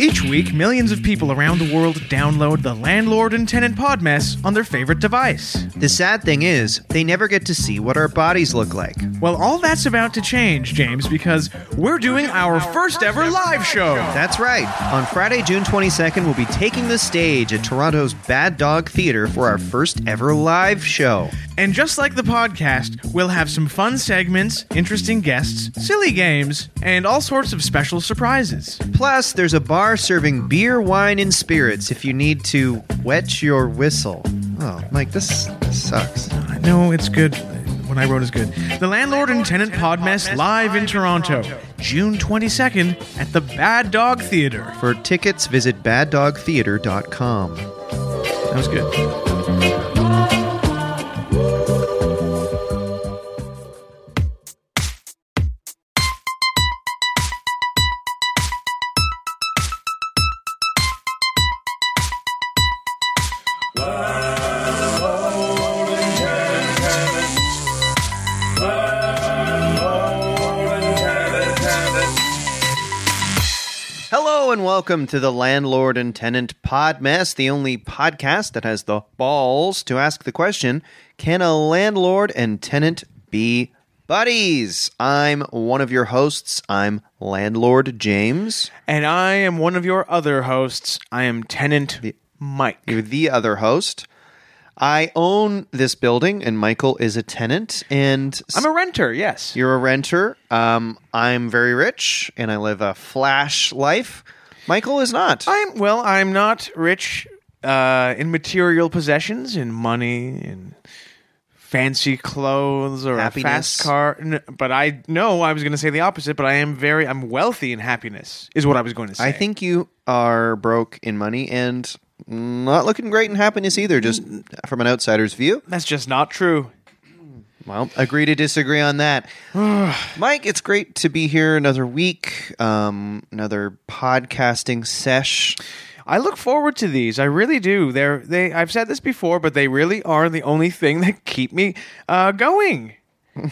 Each week, millions of people around the world download the landlord and tenant pod mess on their favorite device. The sad thing is, they never get to see what our bodies look like. Well, all that's about to change, James, because we're doing our first ever live show. That's right. On Friday, June 22nd, we'll be taking the stage at Toronto's Bad Dog Theatre for our first ever live show. And just like the podcast, we'll have some fun segments, interesting guests, silly games, and all sorts of special surprises. Plus, there's a bar serving beer, wine, and spirits if you need to wet your whistle. Oh, Mike, this, this sucks. I know it's good. What I wrote is good. The Landlord and Tenant Pod Mess live in Toronto, June 22nd at the Bad Dog Theater. For tickets, visit baddogtheater.com. That was good. Hello and welcome to the Landlord and Tenant Pod Mess, the only podcast that has the balls to ask the question Can a landlord and tenant be buddies? I'm one of your hosts. I'm Landlord James. And I am one of your other hosts. I am Tenant Mike. You're the other host. I own this building, and Michael is a tenant, and I'm a renter, yes. you're a renter. Um, I'm very rich, and I live a flash life. Michael is not. I'm well. I'm not rich uh, in material possessions, in money, in fancy clothes or a Happiness. fast car. N- But I no, I was going to say the opposite. But I am very. I'm wealthy in happiness. Is what I was going to say. I think you are broke in money and not looking great in happiness either, just from an outsider's view. that's just not true. Well, agree to disagree on that. Mike, it's great to be here another week, um, another podcasting sesh. I look forward to these. I really do. They're they. I've said this before, but they really are the only thing that keep me uh, going.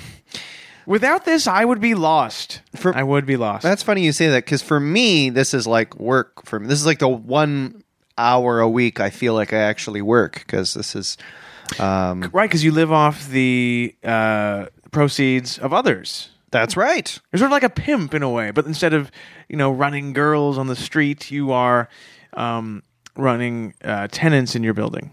Without this, I would be lost. For- I would be lost. That's funny you say that because for me, this is like work for me. This is like the one hour a week I feel like I actually work because this is. Um, Right, because you live off the uh, proceeds of others. that's right. You're sort of like a pimp in a way, but instead of you know running girls on the street, you are um, running uh, tenants in your building.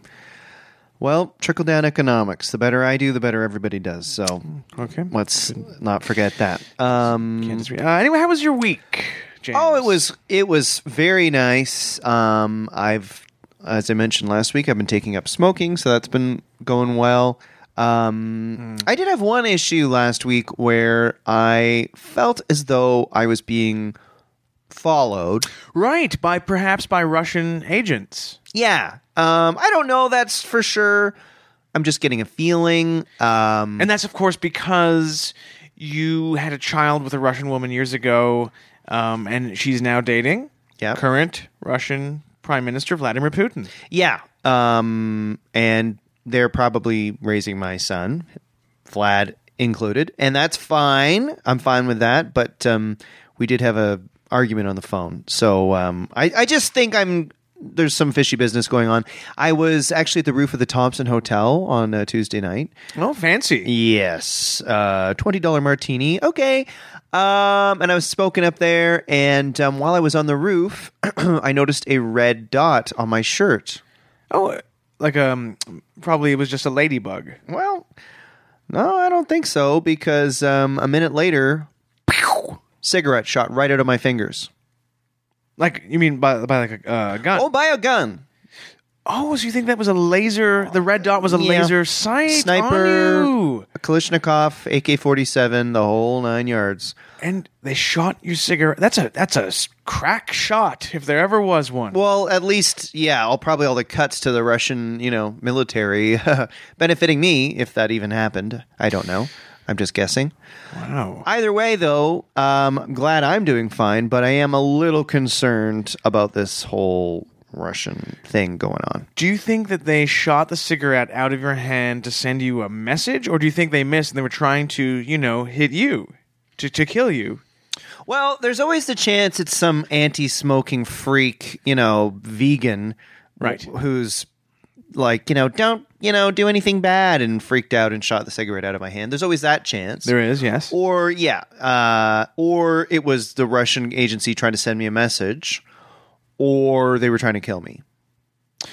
Well, trickle down economics. The better I do, the better everybody does. So Okay. Let's not forget that. Um, Can't just re- Uh, anyway, how was your week, James? oh, it was it was very nice. Um, I've, as I mentioned last week, I've been taking up smoking, so that's been going well. Um, I did have one issue last week where I felt as though I was being followed. right by perhaps by Russian agents. Yeah, um, I don't know. That's for sure. I'm just getting a feeling. Um, And that's, of course, because you had a child with a Russian woman years ago, um, and she's now dating Yep. current Russian Prime Minister Vladimir Putin. Yeah. Um, and they're probably raising my son, Vlad included, and that's fine. I'm fine with that. But um, we did have a argument on the phone, so um, I, I just think I'm there's some fishy business going on. I was actually at the roof of the Thompson Hotel on uh Tuesday night. Oh, fancy. Yes, uh, twenty dollar martini. Okay, um, and I was smoking up there, and um, while I was on the roof, I noticed a red dot on my shirt. Oh, like um, probably it was just a ladybug. Well, no, I don't think so because um, a minute later, pew, cigarette shot right out of my fingers. Like you mean by by like a uh, gun? Oh, Oh, by a gun. so you think that was a laser? The red dot was a Yeah. laser sight Sniper. on you, A Kalishnikov, AK 47, the whole nine yards. and they shot your cigarette. That's a that's a s- crack shot if there ever was one. Well, at least, yeah, all probably all the cuts to the Russian, you know, military benefiting me, if that even happened. I don't know. I'm just guessing. wow. Either way, though, um, I'm glad I'm doing fine, but I am a little concerned about this whole Russian thing going on. Do you think that they shot the cigarette out of your hand to send you a message, or do you think they missed and they were trying to you know hit you to to kill you? Well, there's always the chance it's some anti-smoking freak, you know, vegan, Right. wh- Who's like, you know, don't, you know, do anything bad, and freaked out and shot the cigarette out of my hand. There's always that chance. There is, yes. Or yeah, uh, or it was the Russian agency trying to send me a message, or they were trying to kill me.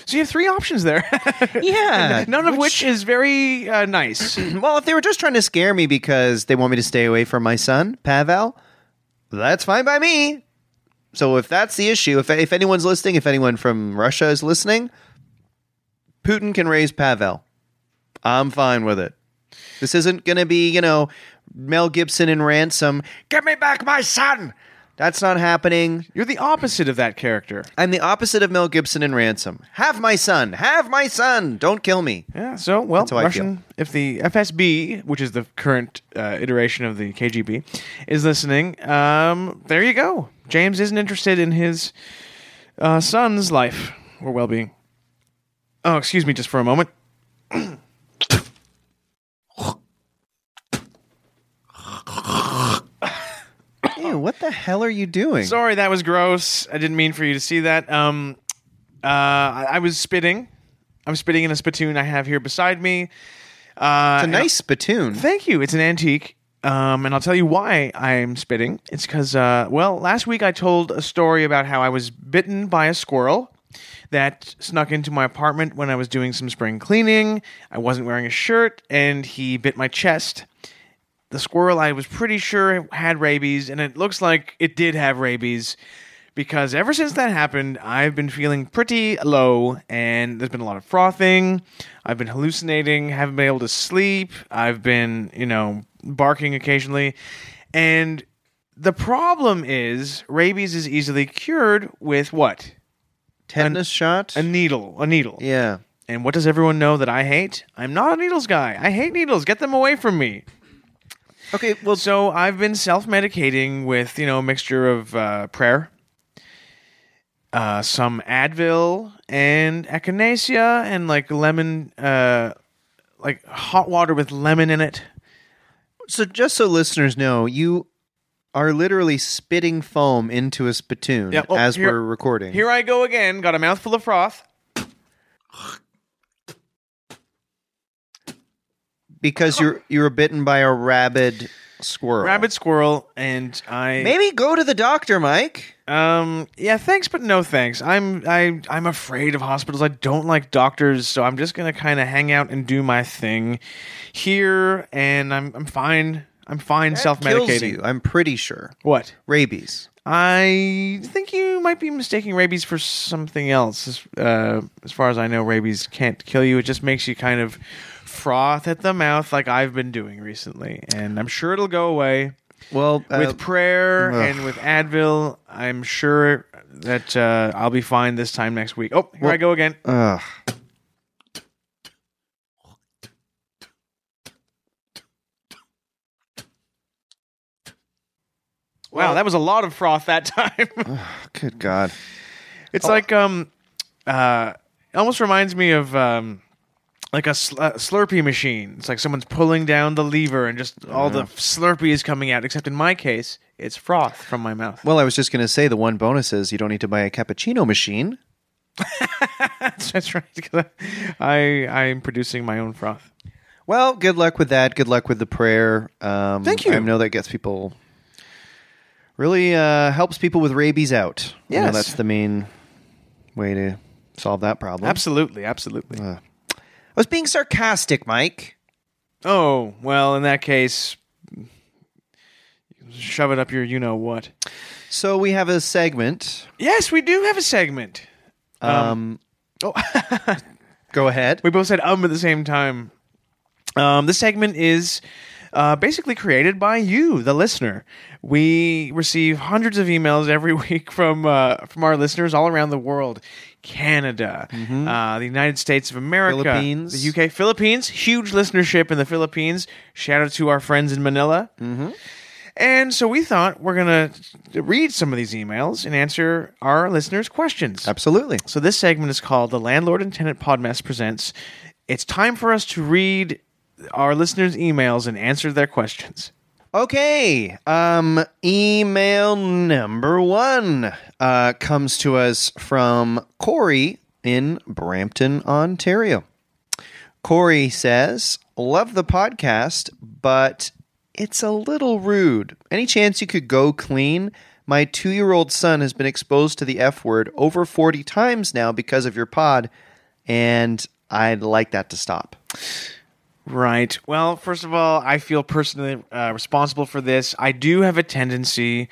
So you have three options there. Yeah, None of which, is very uh, nice. Well, if they were just trying to scare me because they want me to stay away from my son, Pavel, that's fine by me. So if that's the issue, if, if anyone's listening, if anyone from Russia is listening, Putin can raise Pavel. I'm fine with it. This isn't going to be, you know, Mel Gibson in Ransom. Give me back my son. That's not happening. You're the opposite of that character. I'm the opposite of Mel Gibson in Ransom. Have my son. Have my son. Don't kill me. Yeah. So well, how I Russian. If the FSB, which is the current uh, iteration of the KGB, is listening, um, there you go. James isn't interested in his uh, son's life or well-being. Oh, excuse me, just for a moment. Ew, what the hell are you doing? Sorry, that was gross. I didn't mean for you to see that. Um, uh, I, I was spitting. I'm spitting in a spittoon I have here beside me. Uh, It's a and I- nice spittoon. Thank you. It's an antique. Um, and I'll tell you why I'm spitting. It's because, uh, well, last week I told a story about how I was bitten by a squirrel that snuck into my apartment when I was doing some spring cleaning. I wasn't wearing a shirt, and he bit my chest. The squirrel, I was pretty sure, had rabies, and it looks like it did have rabies because ever since that happened, I've been feeling pretty low, and there's been a lot of frothing. I've been hallucinating, haven't been able to sleep. I've been, you know, barking occasionally. And the problem is, rabies is easily cured with what? Tetanus shot? A needle. A needle. yeah. And what does everyone know that I hate? I'm not a needles guy. I hate needles. Get them away from me. Okay, well, So I've been self medicating with, you know, a mixture of uh, prayer, uh, some Advil, and echinacea, and like lemon, uh, like hot water with lemon in it. so just so listeners know, you are literally spitting foam into a spittoon Yeah, oh, as here- we're recording. Here I go again. Got a mouthful of froth. because you're you were bitten by a rabid squirrel. Rabbit squirrel, and I. Maybe go to the doctor, Mike. Um. Yeah. Thanks, but no thanks. I'm. I. I'm afraid of hospitals. I don't like doctors, so I'm just gonna kind of hang out and do my thing here, and I'm. I'm fine. I'm fine. Self Kills medicating. you, I'm pretty sure. What? Rabies. I think you might be mistaking rabies for something else. As- Uh, as far as I know, rabies can't kill you. It just makes you kind of froth at the mouth, like I've been doing recently, and I'm sure it'll go away Well, uh, with prayer ugh. and with Advil, I'm sure that uh, I'll be fine this time next week. Oh, here I go again. ugh. Wow, that was a lot of froth that time. good God. it's like um, uh, it almost reminds me of um, like a, sl- a Slurpee machine. It's like someone's pulling down the lever and just all the Slurpee is coming out. Except in my case, it's froth from my mouth. Well, I was just going to say the one bonus is you don't need to buy a cappuccino machine. That's, that's right. 'cause I I am producing my own froth. Well, good luck with that. Good luck with the prayer. Um, Thank you. I know that gets people really uh, helps people with rabies out. You know, Yes. that's the main way to solve that problem. Absolutely, absolutely. I was being sarcastic, Mike. Oh, well, in that case, shove it up your you know what. So we have a segment. Yes, we do have a segment. Um, oh. Go ahead. We both said um at the same time. Um, this segment is uh, basically created by you, the listener. We receive hundreds of emails every week from uh, from our listeners all around the world, Canada, uh, the United States of America, Philippines. the UK, Philippines. Huge listenership in the Philippines. Shout out to our friends in Manila. And so we thought we're gonna read some of these emails and answer our listeners' questions. Absolutely. So this segment is called "The Landlord and Tenant Podmas Presents." It's time for us to read our listeners' emails and answer their questions. Okay. Um, email number one uh, comes to us from Corey in Brampton, Ontario. Corey says, Love the podcast, but it's a little rude. Any chance you could go clean? My two year old son has been exposed to the F word over 40 times now because of your pod, and I'd like that to stop. Right. Well, first of all, I feel personally uh, responsible for this. I do have a tendency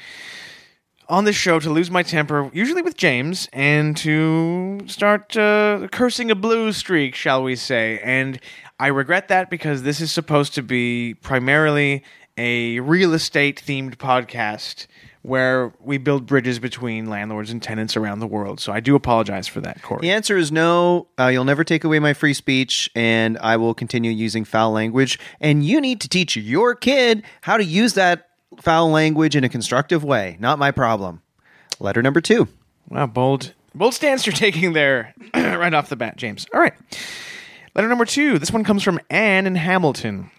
on this show to lose my temper, usually with James, and to start uh, cursing a blue streak, shall we say. And I regret that because this is supposed to be primarily a real estate themed podcast where we build bridges between landlords and tenants around the world. So I do apologize for that, Corey. The answer is no. Uh, you'll never take away my free speech, and I will continue using foul language. And you need to teach your kid how to use that foul language in a constructive way. Not my problem. Letter number two. Wow, bold, bold stance you're taking there right off the bat, James. All right. Letter number two. This one comes from Anne in Hamilton.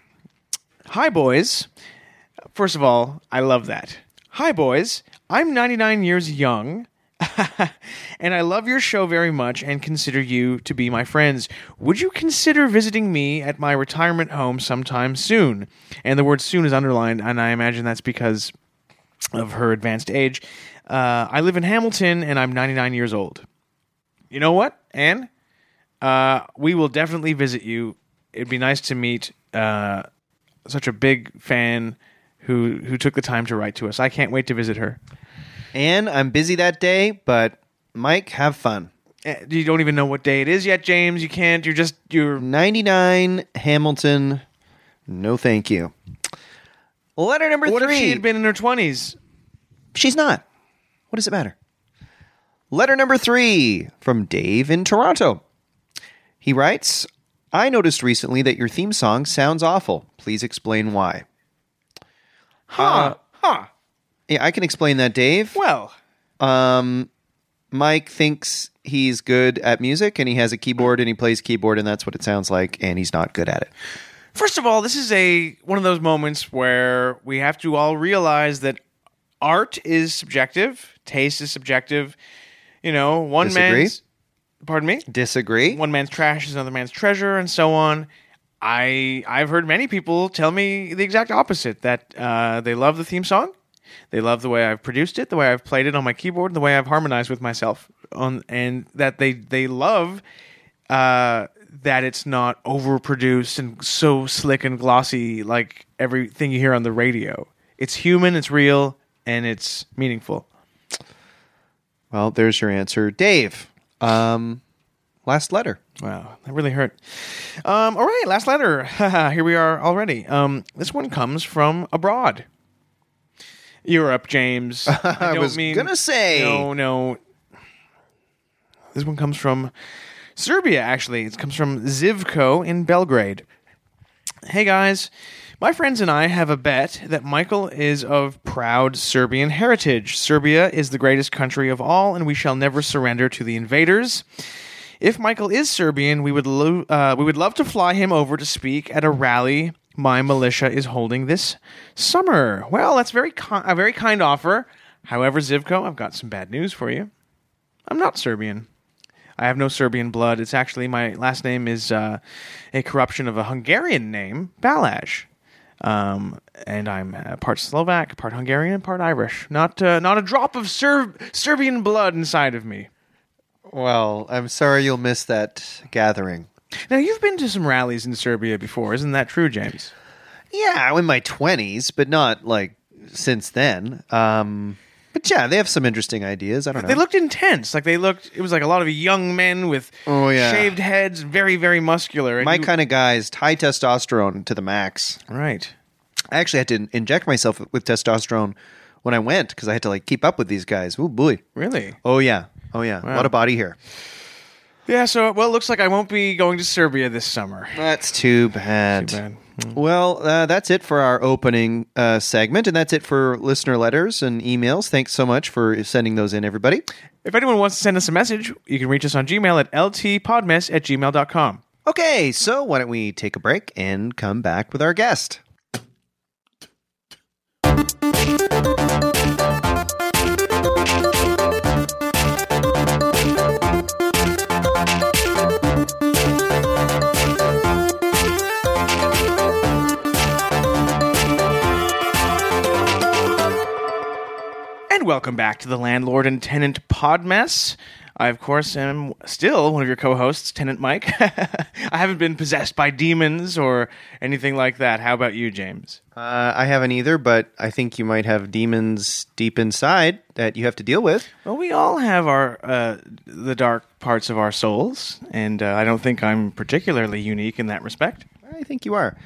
Hi, boys. First of all, I love that. Hi, boys. I'm 99 years young, and I love your show very much and consider you to be my friends. Would you consider visiting me at my retirement home sometime soon? And the word soon is underlined, and I imagine that's because of her advanced age. Uh, I live in Hamilton, and I'm 99 years old. You know what, Anne? Uh, we will definitely visit you. It'd be nice to meet uh, such a big fan who who took the time to write to us. I can't wait to visit her. And I'm busy that day, but Mike, have fun. Eh, You don't even know what day it is yet, James. You can't. You're just you're 99 Hamilton. No, thank you. Letter number What three. if she had been in her twenties? She's not. What does it matter? Letter number three from Dave in Toronto. He writes I noticed recently that your theme song sounds awful. Please explain why. Huh? huh? Yeah, I can explain that, Dave. Well, Um, Mike thinks he's good at music and he has a keyboard and he plays keyboard and that's what it sounds like and he's not good at it. First of all, this is a one of those moments where we have to all realize that art is subjective, taste is subjective. You know, one Disagree? man's pardon me, Disagree? one man's trash is another man's treasure, and so on. I I've heard many people tell me the exact opposite that uh, they love the theme song, they love the way I've produced it, the way I've played it on my keyboard, and the way I've harmonized with myself on, and that they they love uh, that it's not overproduced and so slick and glossy like everything you hear on the radio. It's human, it's real, and it's meaningful. Well, there's your answer, Dave. Um, last letter. Wow, that really hurt. Um, all right, last letter. Here we are already. Um, this one comes from abroad. Europe, James. I, I don't was mean- gonna say. no, no. This one comes from Serbia. Actually, it comes from Zivko in Belgrade. Hey guys, my friends and I have a bet that Michael is of proud Serbian heritage. Serbia is the greatest country of all, and we shall never surrender to the invaders. If Michael is Serbian, we would lo- uh, we would love to fly him over to speak at a rally my militia is holding this summer. Well, that's very ki- a very kind offer. However, Zivko, I've got some bad news for you. I'm not Serbian. I have no Serbian blood. It's actually my last name is uh, a corruption of a Hungarian name, Balázs. Um, and I'm uh, part Slovak, part Hungarian, and part Irish. Not uh, not a drop of Serb- Serbian blood inside of me. Well, I'm sorry you'll miss that gathering. Now you've been to some rallies in Serbia before, isn't that true, James? Yeah, I'm in my 20s, but not like since then. Um, but yeah, they have some interesting ideas. I don't know. They looked intense. Like they looked. It was like a lot of young men with Oh, yeah. shaved heads, very very muscular. And my you- kind of guys, high testosterone to the max. right. I actually had to inject myself with testosterone when I went because I had to like keep up with these guys. Ooh, boy. Really? Oh yeah, oh yeah. A lot of body hair. Yeah. So well, it looks like I won't be going to Serbia this summer. That's too bad. Too bad. Well, uh, that's it for our opening uh, segment, and that's it for listener letters and emails. Thanks so much for sending those in, everybody. If anyone wants to send us a message, you can reach us on Gmail at ltpodmess at gmail.com. Okay, so why don't we take a break and come back with our guest? Welcome back to the Landlord and Tenant Pod Mess. I, of course, am still one of your co hosts, Tenant Mike. I haven't been possessed by demons or anything like that. How about you, James? Uh, I haven't either, but I think you might have demons deep inside that you have to deal with. Well, we all have our uh, the dark parts of our souls, and uh, I don't think I'm particularly unique in that respect. I think you are.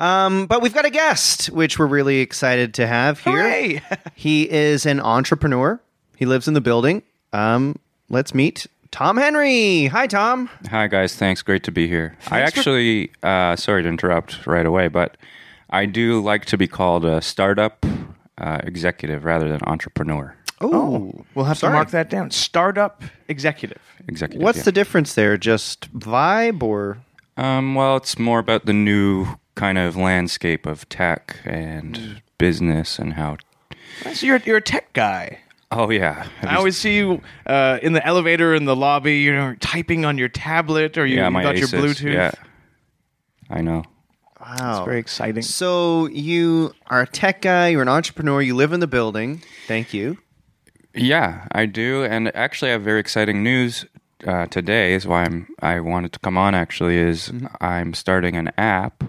Um, but we've got a guest, which we're really excited to have here. Hooray! he is an entrepreneur. He lives in the building. Um, let's meet Tom Henry. Hi, Tom. Hi guys, thanks. Great to be here. I actually, uh, sorry to interrupt right away, but I do like to be called a startup uh, executive rather than entrepreneur. Oh, We'll have sorry. to mark that down. Startup executive. Executive. What's yeah. the difference there? Just vibe or Um, well, it's more about the new kind of landscape of tech and business and how. So you're, you're a tech guy. Oh yeah, Have I you- always see you uh, in the elevator, in the lobby, you know, typing on your tablet or you, yeah, you my got your Asus, Bluetooth. Yeah, I know. wow? It's very exciting. So you are a tech guy. You're an entrepreneur. You live in the building. Thank you. Yeah, I do, and actually, I have very exciting news uh, today. Is why I'm I wanted to come on. Actually, is I'm starting an app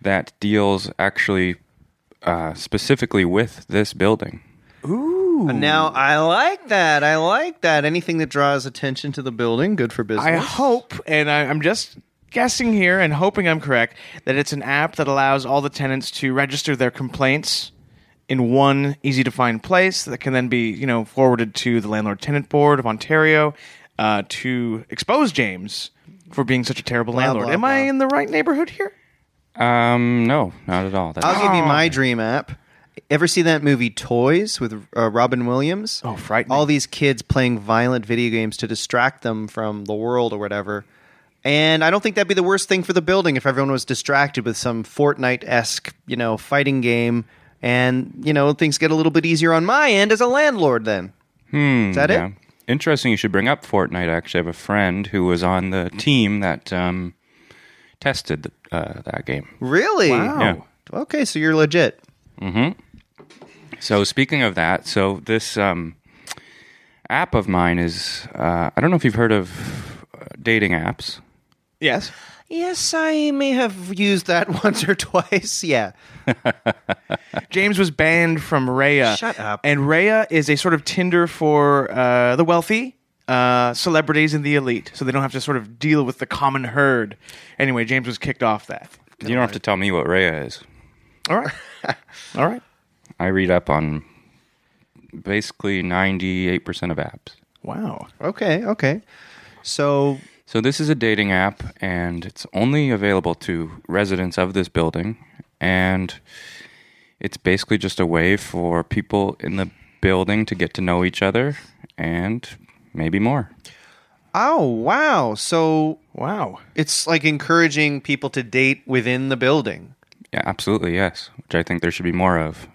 that deals actually uh, specifically with this building. Now I like that. I like that. Anything that draws attention to the building, good for business. I hope, and I, I'm just guessing here and hoping I'm correct, that it's an app that allows all the tenants to register their complaints in one easy to find place that can then be, you know, forwarded to the Landlord Tenant Board of Ontario uh, to expose James for being such a terrible landlord. blah, Am I blah. in the right neighborhood here? Um, no, not at all. That's, I'll give you my dream app. Ever see that movie Toys with uh, Robin Williams? Oh, frightening. All these kids playing violent video games to distract them from the world or whatever. And I don't think that'd be the worst thing for the building if everyone was distracted with some Fortnite esque, you know, fighting game. And, you know, things get a little bit easier on my end as a landlord then. Hmm. Is that yeah. it? Interesting. You should bring up Fortnite. Actually, I have a friend who was on the team that um, tested uh, that game. Really? Yeah. Okay, so you're legit. So speaking of that, so this um, app of mine is uh, I don't know if you've heard of uh, dating apps. Yes. Yes, I may have used that once or twice. Yeah. James was banned from Raya. Shut up. And Raya is a sort of Tinder for uh, the wealthy, uh, celebrities, and the elite, so they don't have to sort of deal with the common herd. Anyway, James was kicked off that. You don't have to tell me what Raya is. All right. All right. I read up on basically ninety eight percent of apps. Wow. Okay, okay. So So this is a dating app, and it's only available to residents of this building, and it's basically just a way for people in the building to get to know each other and maybe more. Oh, wow. So Wow. it's like encouraging people to date within the building. Yeah, absolutely, yes. Which I think there should be more of.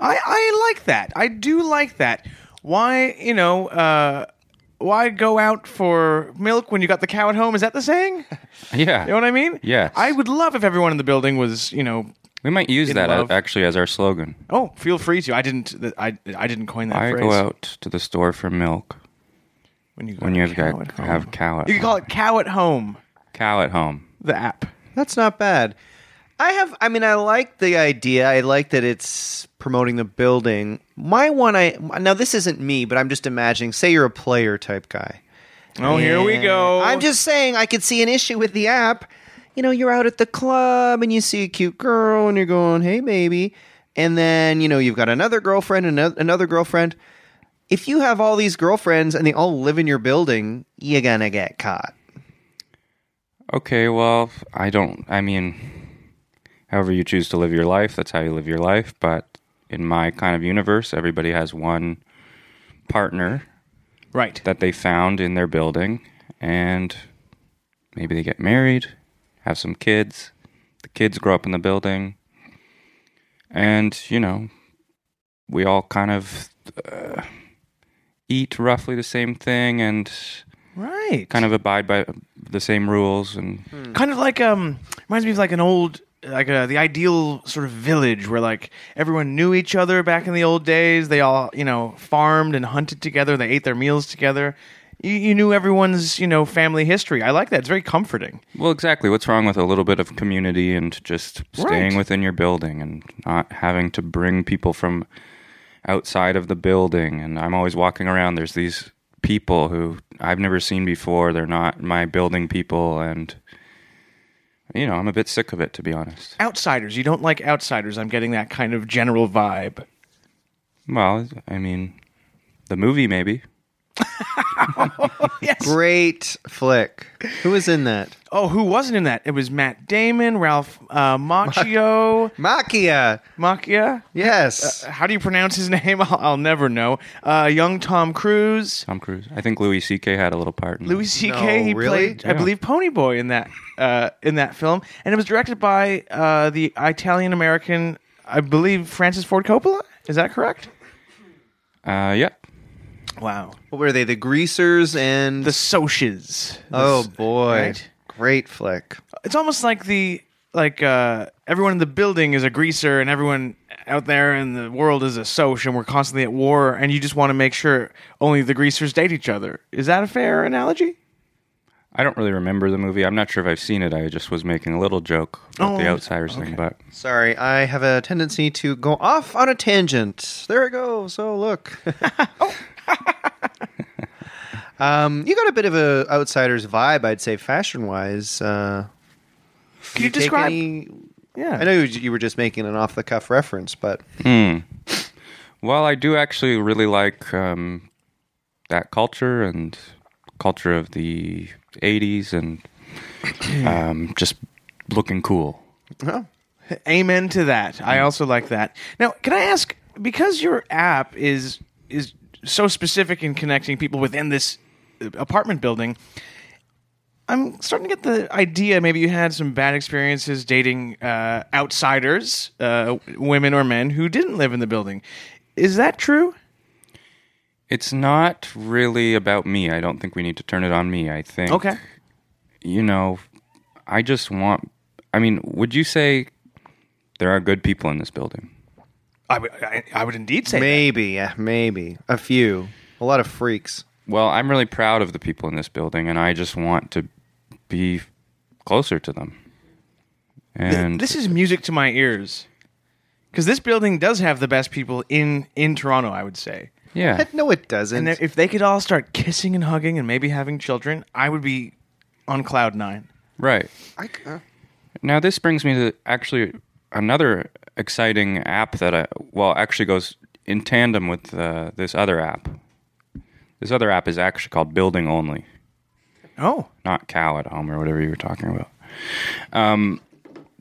I, I like that. I do like that. Why, you know, uh, why go out for milk when you got the cow at home? Is that the saying? Yeah. You know what I mean? Yes. I would love if everyone in the building was, you know, we might use that love. a- actually as our slogan. Oh, feel free to. I didn't. th- I I didn't coin that I phrase. go out to the store for milk when you when you have cow got- at home. have cow at You can call home. it cow at home. cow at home. The app. That's not bad. I have I mean I like the idea. I like that it's promoting the building. My one I now this isn't me, but I'm just imagining say you're a player type guy. Oh, here we And go. I'm just saying I could see an issue with the app. You know, you're out at the club and you see a cute girl and you're going, "Hey, baby." And then, you know, you've got another girlfriend and ano- another girlfriend. If you have all these girlfriends and they all live in your building, you're going to get caught. Okay, well, I don't. I mean, however you choose to live your life, that's how you live your life. But in my kind of universe, everybody has one partner right. that they found in their building, and maybe they get married, have some kids. The kids grow up in the building, and you know, we all kind of uh, eat roughly the same thing and right. kind of abide by the same rules and. Hmm. Kind of like um. Reminds me of like an old like a, the ideal sort of village where like everyone knew each other back in the old days. They all you know farmed and hunted together. They ate their meals together. You, you knew everyone's you know family history. I like that. It's very comforting. Well, exactly. What's wrong with a little bit of community and just staying Right. within your building and not having to bring people from outside of the building? And I'm always walking around. There's these people who I've never seen before. They're not my building people. And, you know, I'm a bit sick of it, to be honest. Outsiders. You don't like outsiders. I'm getting that kind of general vibe. Well, I mean, the movie, maybe. Great flick. Who was in that? Oh, who wasn't in that? It was Matt Damon, Ralph uh, Macchio, Makia. Macchia. Yes. How do you pronounce his name? I'll, I'll never know. Uh, young Tom Cruise, Tom Cruise. I think Louis C.K. had a little part in Louis C.K. No, he really? played, I Yeah. believe, Ponyboy in that uh, in that film, and it was directed by uh, the Italian American, I believe, Francis Ford Coppola. Is that correct? it. Uh, yeah. Wow, what were they? The Greasers and the Soches. oh boy, right? great flick. It's almost like the like uh, everyone in the building is a greaser, and everyone out there in the world is a soch, and we're constantly at war, and you just want to make sure only the greasers date each other. Is that a fair analogy? I don't really remember the movie. I'm not sure if I've seen it. I just was making a little joke about the Oh, Outsiders thing, but Sorry, I have a tendency to go off on a tangent. There it goes. Oh, look. Oh. um, you got a bit of a outsider's vibe, I'd say, fashion wise. Uh, Can you, describe? Any, yeah, I know you- you were just making an off the cuff reference, but Well, I do actually really like um, that culture and culture of the '80s and um, just looking cool. oh, Amen to that. I also like that. Now, can I ask because your app is is so specific in connecting people within this uh, apartment building, I'm starting to get the idea maybe you had some bad experiences dating uh, outsiders, uh, w- women or men who didn't live in the building. Is that true? It's not really about me. I don't think we need to turn it on me. I think Okay. you know, I just want. I mean, would you say there are good people in this building? I would- I- I would indeed say that. maybe, yeah, maybe. A few. A lot of freaks. Well, I'm really proud of the people in this building, and I just want to be closer to them. And this is music to my ears. Because this building does have the best people in, in Toronto, I would say. yeah, No, it doesn't. And if they could all start kissing and hugging and maybe having children, I would be on cloud nine. right. I, uh, Now this brings me to actually another exciting app that I well actually goes in tandem with uh, this other app. This other app is actually called Building Only, Oh, not Cow at Home or whatever you were talking about. Um,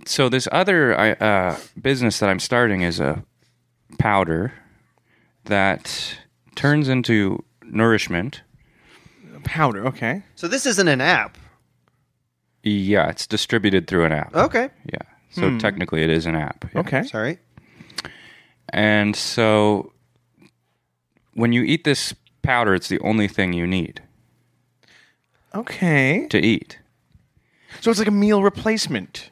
so this other I, uh, business that I'm starting is a powder that turns into nourishment. powder. Okay. so this isn't an app. Yeah, it's distributed through an app. Okay. Yeah, so Hmm. technically it is an app. Yeah. Okay. Sorry. And so when you eat this powder, it's the only thing you need Okay. to eat. So it's like a meal replacement.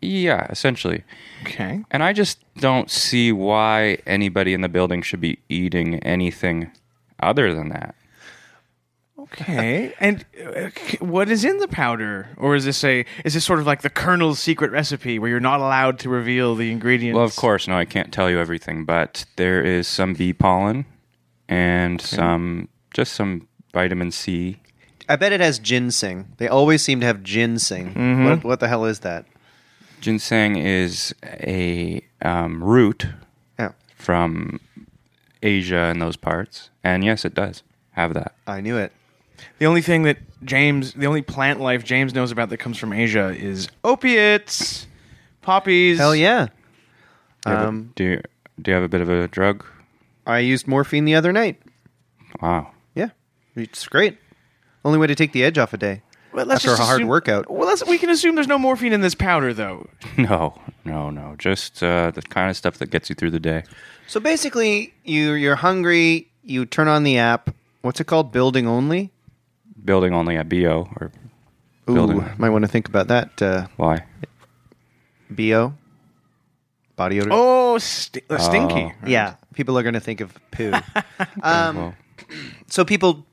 Yeah, essentially. Okay. And I just don't see why anybody in the building should be eating anything other than that. Okay. and uh, c- what is in the powder? Or is this a is this sort of like the Colonel's secret recipe where you're not allowed to reveal the ingredients? Well, of course, no, I can't tell you everything, but there is some bee pollen and some just some vitamin C. I bet it has ginseng. They always seem to have ginseng. Mm-hmm. What, what the hell is that? Ginseng is a um, root Oh, from Asia and those parts. And yes, it does have that. I knew it. The only thing that James, the only plant life James knows about that comes from Asia is opiates, poppies. Hell yeah. Do you, have a- Um, do you do you have a bit of a drug? I used morphine the other night. Wow. Yeah. It's great. Only way to take the edge off a day. Well, let's After just a hard assume- workout. Well, let's, we can assume there's no morphine in this powder, though. No, no, no. Just uh, the kind of stuff that gets you through the day. So basically, you you're hungry, you turn on the app. What's it called? Building only? Building only a BO or Ooh, Building. might want to think about that. Uh, why? bo body odor Oh, st- uh, stinky. Oh. yeah people are going to think of poo um, well, so people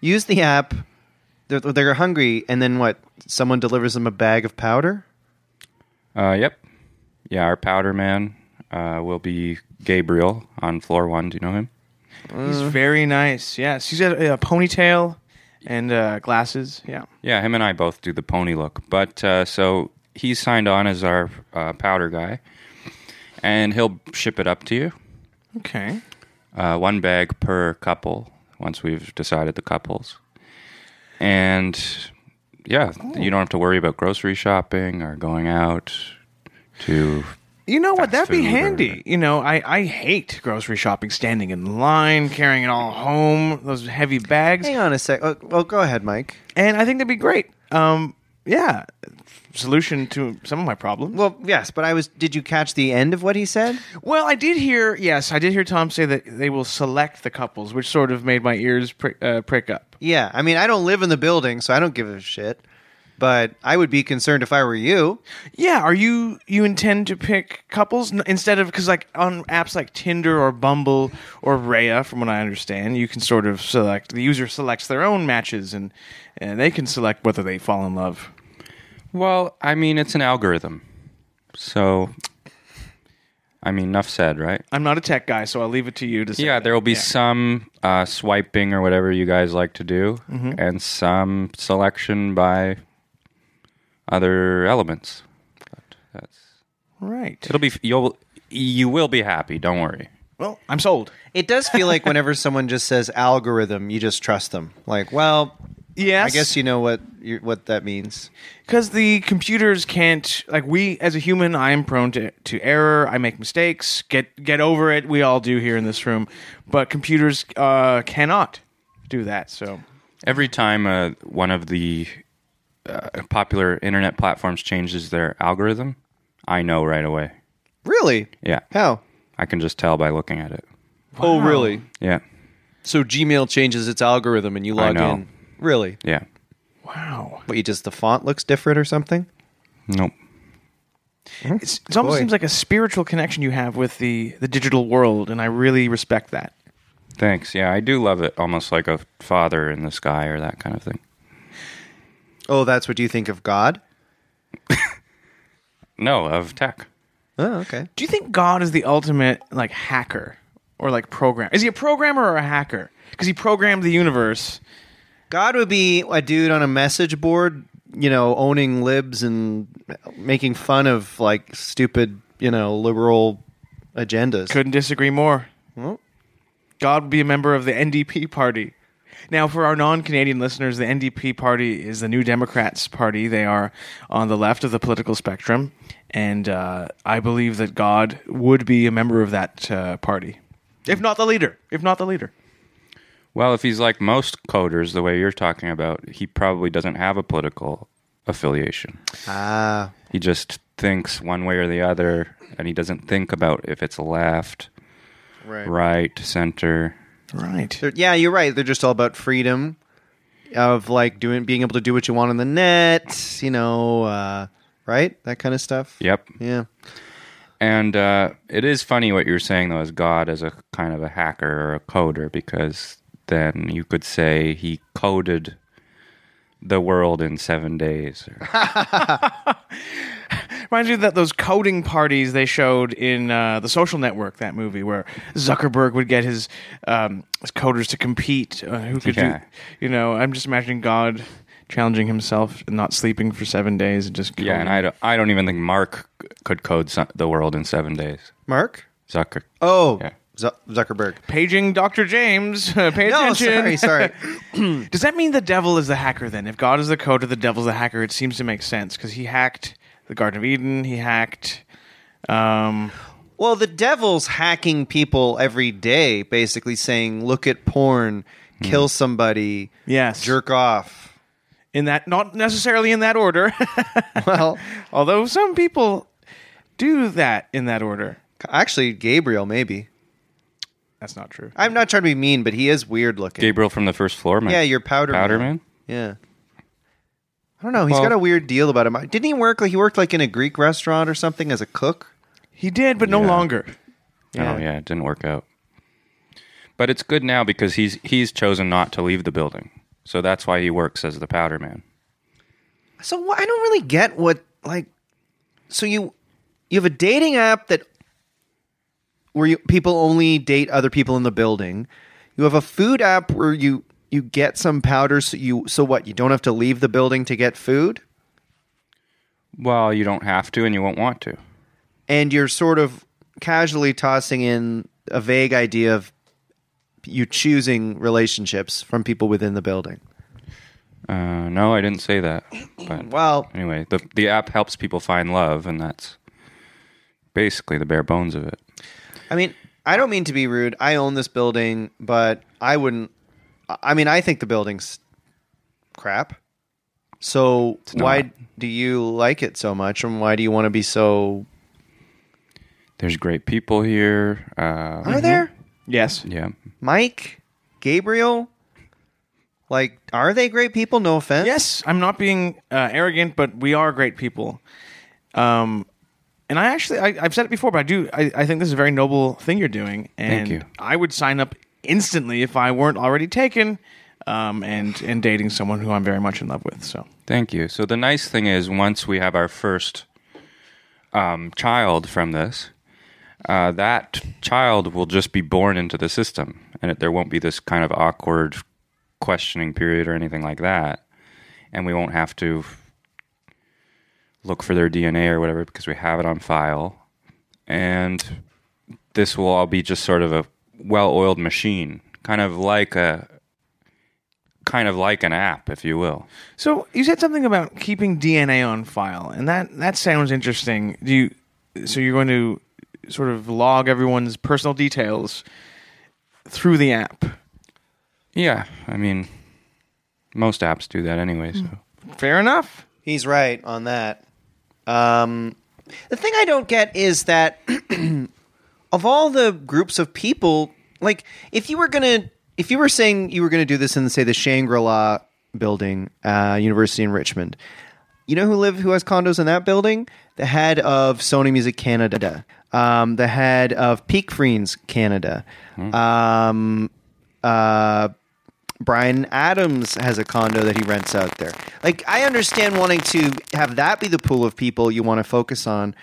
use the app they're, they're hungry and then what someone delivers them a bag of powder uh, yep. Yeah, our powder man uh, will be Gabriel on floor one. Do you know him? He's Mm-hmm. very nice. Yes, he's got a, a ponytail and uh, glasses. Yeah. Yeah, him and I both do the pony look. But uh, so he's signed on as our uh, powder guy, and he'll ship it up to you. Okay. uh, one bag per couple once we've decided the couples. And yeah, you don't have to worry about grocery shopping or going out to. You know what? That'd Fast be food or- handy. You know, I, I hate grocery shopping, standing in line, carrying it all home, those heavy bags. hang on a sec oh, well go ahead mike And I think that'd be great. Um, yeah. Solution to some of my problems. well yes but i was did you catch the end of what he said Well, I did hear, yes, I did hear Tom say that they will select the couples, which sort of made my ears pri- uh, prick up. yeah i mean i don't live in the building so i don't give a shit but i would be concerned if i were you Yeah, are you you intend to pick couples N- instead of because like on apps like Tinder or Bumble or Raya, from what I understand, you can sort of select the user selects their own matches and and they can select whether they fall in love. Well, I mean, it's an algorithm. So, I mean, enough said, right? I'm not a tech guy, so I'll leave it to you to say. Yeah, there will be some uh, swiping or whatever you guys like to do, and some selection by other elements. But that's right. it'll be you'll you will be happy. Don't worry. Well, I'm sold. it does feel like whenever someone just says algorithm you just trust them like well Yes, i guess you know what you what that means because the computers can't like we as a human i am prone to, to error i make mistakes get get over it we all do here in this room but computers uh, cannot do that so Every time uh, one of the uh, popular internet platforms changes their algorithm, I know right away. really Yeah, how I can just tell by looking at it. oh really Yeah, So Gmail changes its algorithm and you log know. in. Really? yeah. wow What you just the font looks different or something? Nope. it's, it almost Boy. seems like a spiritual connection you have with the the digital world and i really respect that Thanks. Yeah, I do love it. Almost like a father in the sky or that kind of thing. Oh, that's what you think of God? No, of tech. Oh, okay. do you think god is the ultimate like hacker or like program is he a programmer or a hacker because he programmed the universe God would be a dude on a message board, you know, owning libs and making fun of like stupid, you know, liberal agendas. Couldn't disagree more. Well. God would be a member of the NDP party. Now, for our non Canadian listeners, the NDP party is the New Democrats party. They are on the left of the political spectrum. And uh, I believe that God would be a member of that uh, party, if not the leader. If not the leader. Well, if he's like most coders, the way you're talking about, he probably doesn't have a political affiliation. Ah, He just thinks one way or the other, and he doesn't think about if it's left, right. right, center. Right. They're- yeah, you're right. They're just all about freedom of like doing being able to do what you want on the net, you know, uh, right? That kind of stuff. Yep. Yeah. And uh, it is funny what you're saying though, as God as a kind of a hacker or a coder, because then you could say he coded the world in seven days. Reminds me of that those coding parties they showed in uh, the Social Network, that movie where Zuckerberg would get his, um, his coders to compete. Uh, who could Yeah. do? You know, I'm just imagining God challenging himself and not sleeping for seven days and just yeah, and coding. I don't, I don't even think Mark c- could code so- the world in seven days. Mark? Zucker. Oh, Yeah. Zu- Zuckerberg. paging Dr. James. Pay No, attention. sorry, sorry. Does that mean the devil is the hacker then? If God is the coder, the devil's the hacker. It seems to make sense because he hacked the Garden of Eden. He hacked. Um, well, the devil's hacking people every day, basically saying, "Look at porn, kill somebody, yes, jerk off." in that not necessarily in that order. Well, Although some people do that in that order. actually, Gabriel maybe. That's not true. I'm not trying to be mean, but he is weird looking. Gabriel from the first floor, man. yeah, your powder. powder man. man. Yeah. I don't know. He's Well- got a weird deal about him. Didn't he work like he worked like in a Greek restaurant or something as a cook? He did, but no Yeah. longer. Yeah. Oh yeah, it didn't work out. But it's good now because he's he's chosen not to leave the building. So that's why he works as the powder man. So wh- I don't really get what like. So you you have a dating app that where you, people only date other people in the building. You have a food app where you you get some powder. So you so what? You don't have to leave the building to get food, Well, you don't have to and you won't want to. and you're sort of casually tossing in a vague idea of you choosing relationships from people within the building. Uh, no, I didn't say that. But Well, anyway, the the app helps people find love and that's basically the bare bones of it. I mean, I don't mean to be rude. I own this building, but I wouldn't. I- I mean, I think the building's crap. So not. why do you like it so much, and why do you want to be so? There's great people here. Uh, Are there Yes. yeah. Mike, Gabriel? Like, are they great people? No offense. Yes, I'm not being uh, arrogant, but we are great people. Um, and I actually, I, I've said it before, but I do, I, I think this is a very noble thing you're doing. And Thank you. I would sign up instantly if I weren't already taken um, and, and dating someone who I'm very much in love with. So, Thank you. So the nice thing is, once we have our first um, child from this, uh, that child will just be born into the system, and it, there won't be this kind of awkward questioning period or anything like that, and we won't have to look for their DNA or whatever because we have it on file, and this will all be just sort of a well-oiled machine, kind of like a kind of like an app, if you will. so you said something about keeping DNA on file, and that, that sounds interesting. Do you, so you're going to sort of log everyone's personal details through the app. Yeah, I mean, most apps do that anyway. So Fair enough. He's right on that. Um, the thing I don't get is that of all the groups of people, like if you were gonna, if you were saying you were gonna do this in, say, the Shangri La building, uh, University in Richmond, you know who live who has condos in that building? The head of Sony Music Canada, um, the head of Peak Friends Canada, um, uh. Brian Adams has a condo that he rents out there. Like, I understand wanting to have that be the pool of people you want to focus on.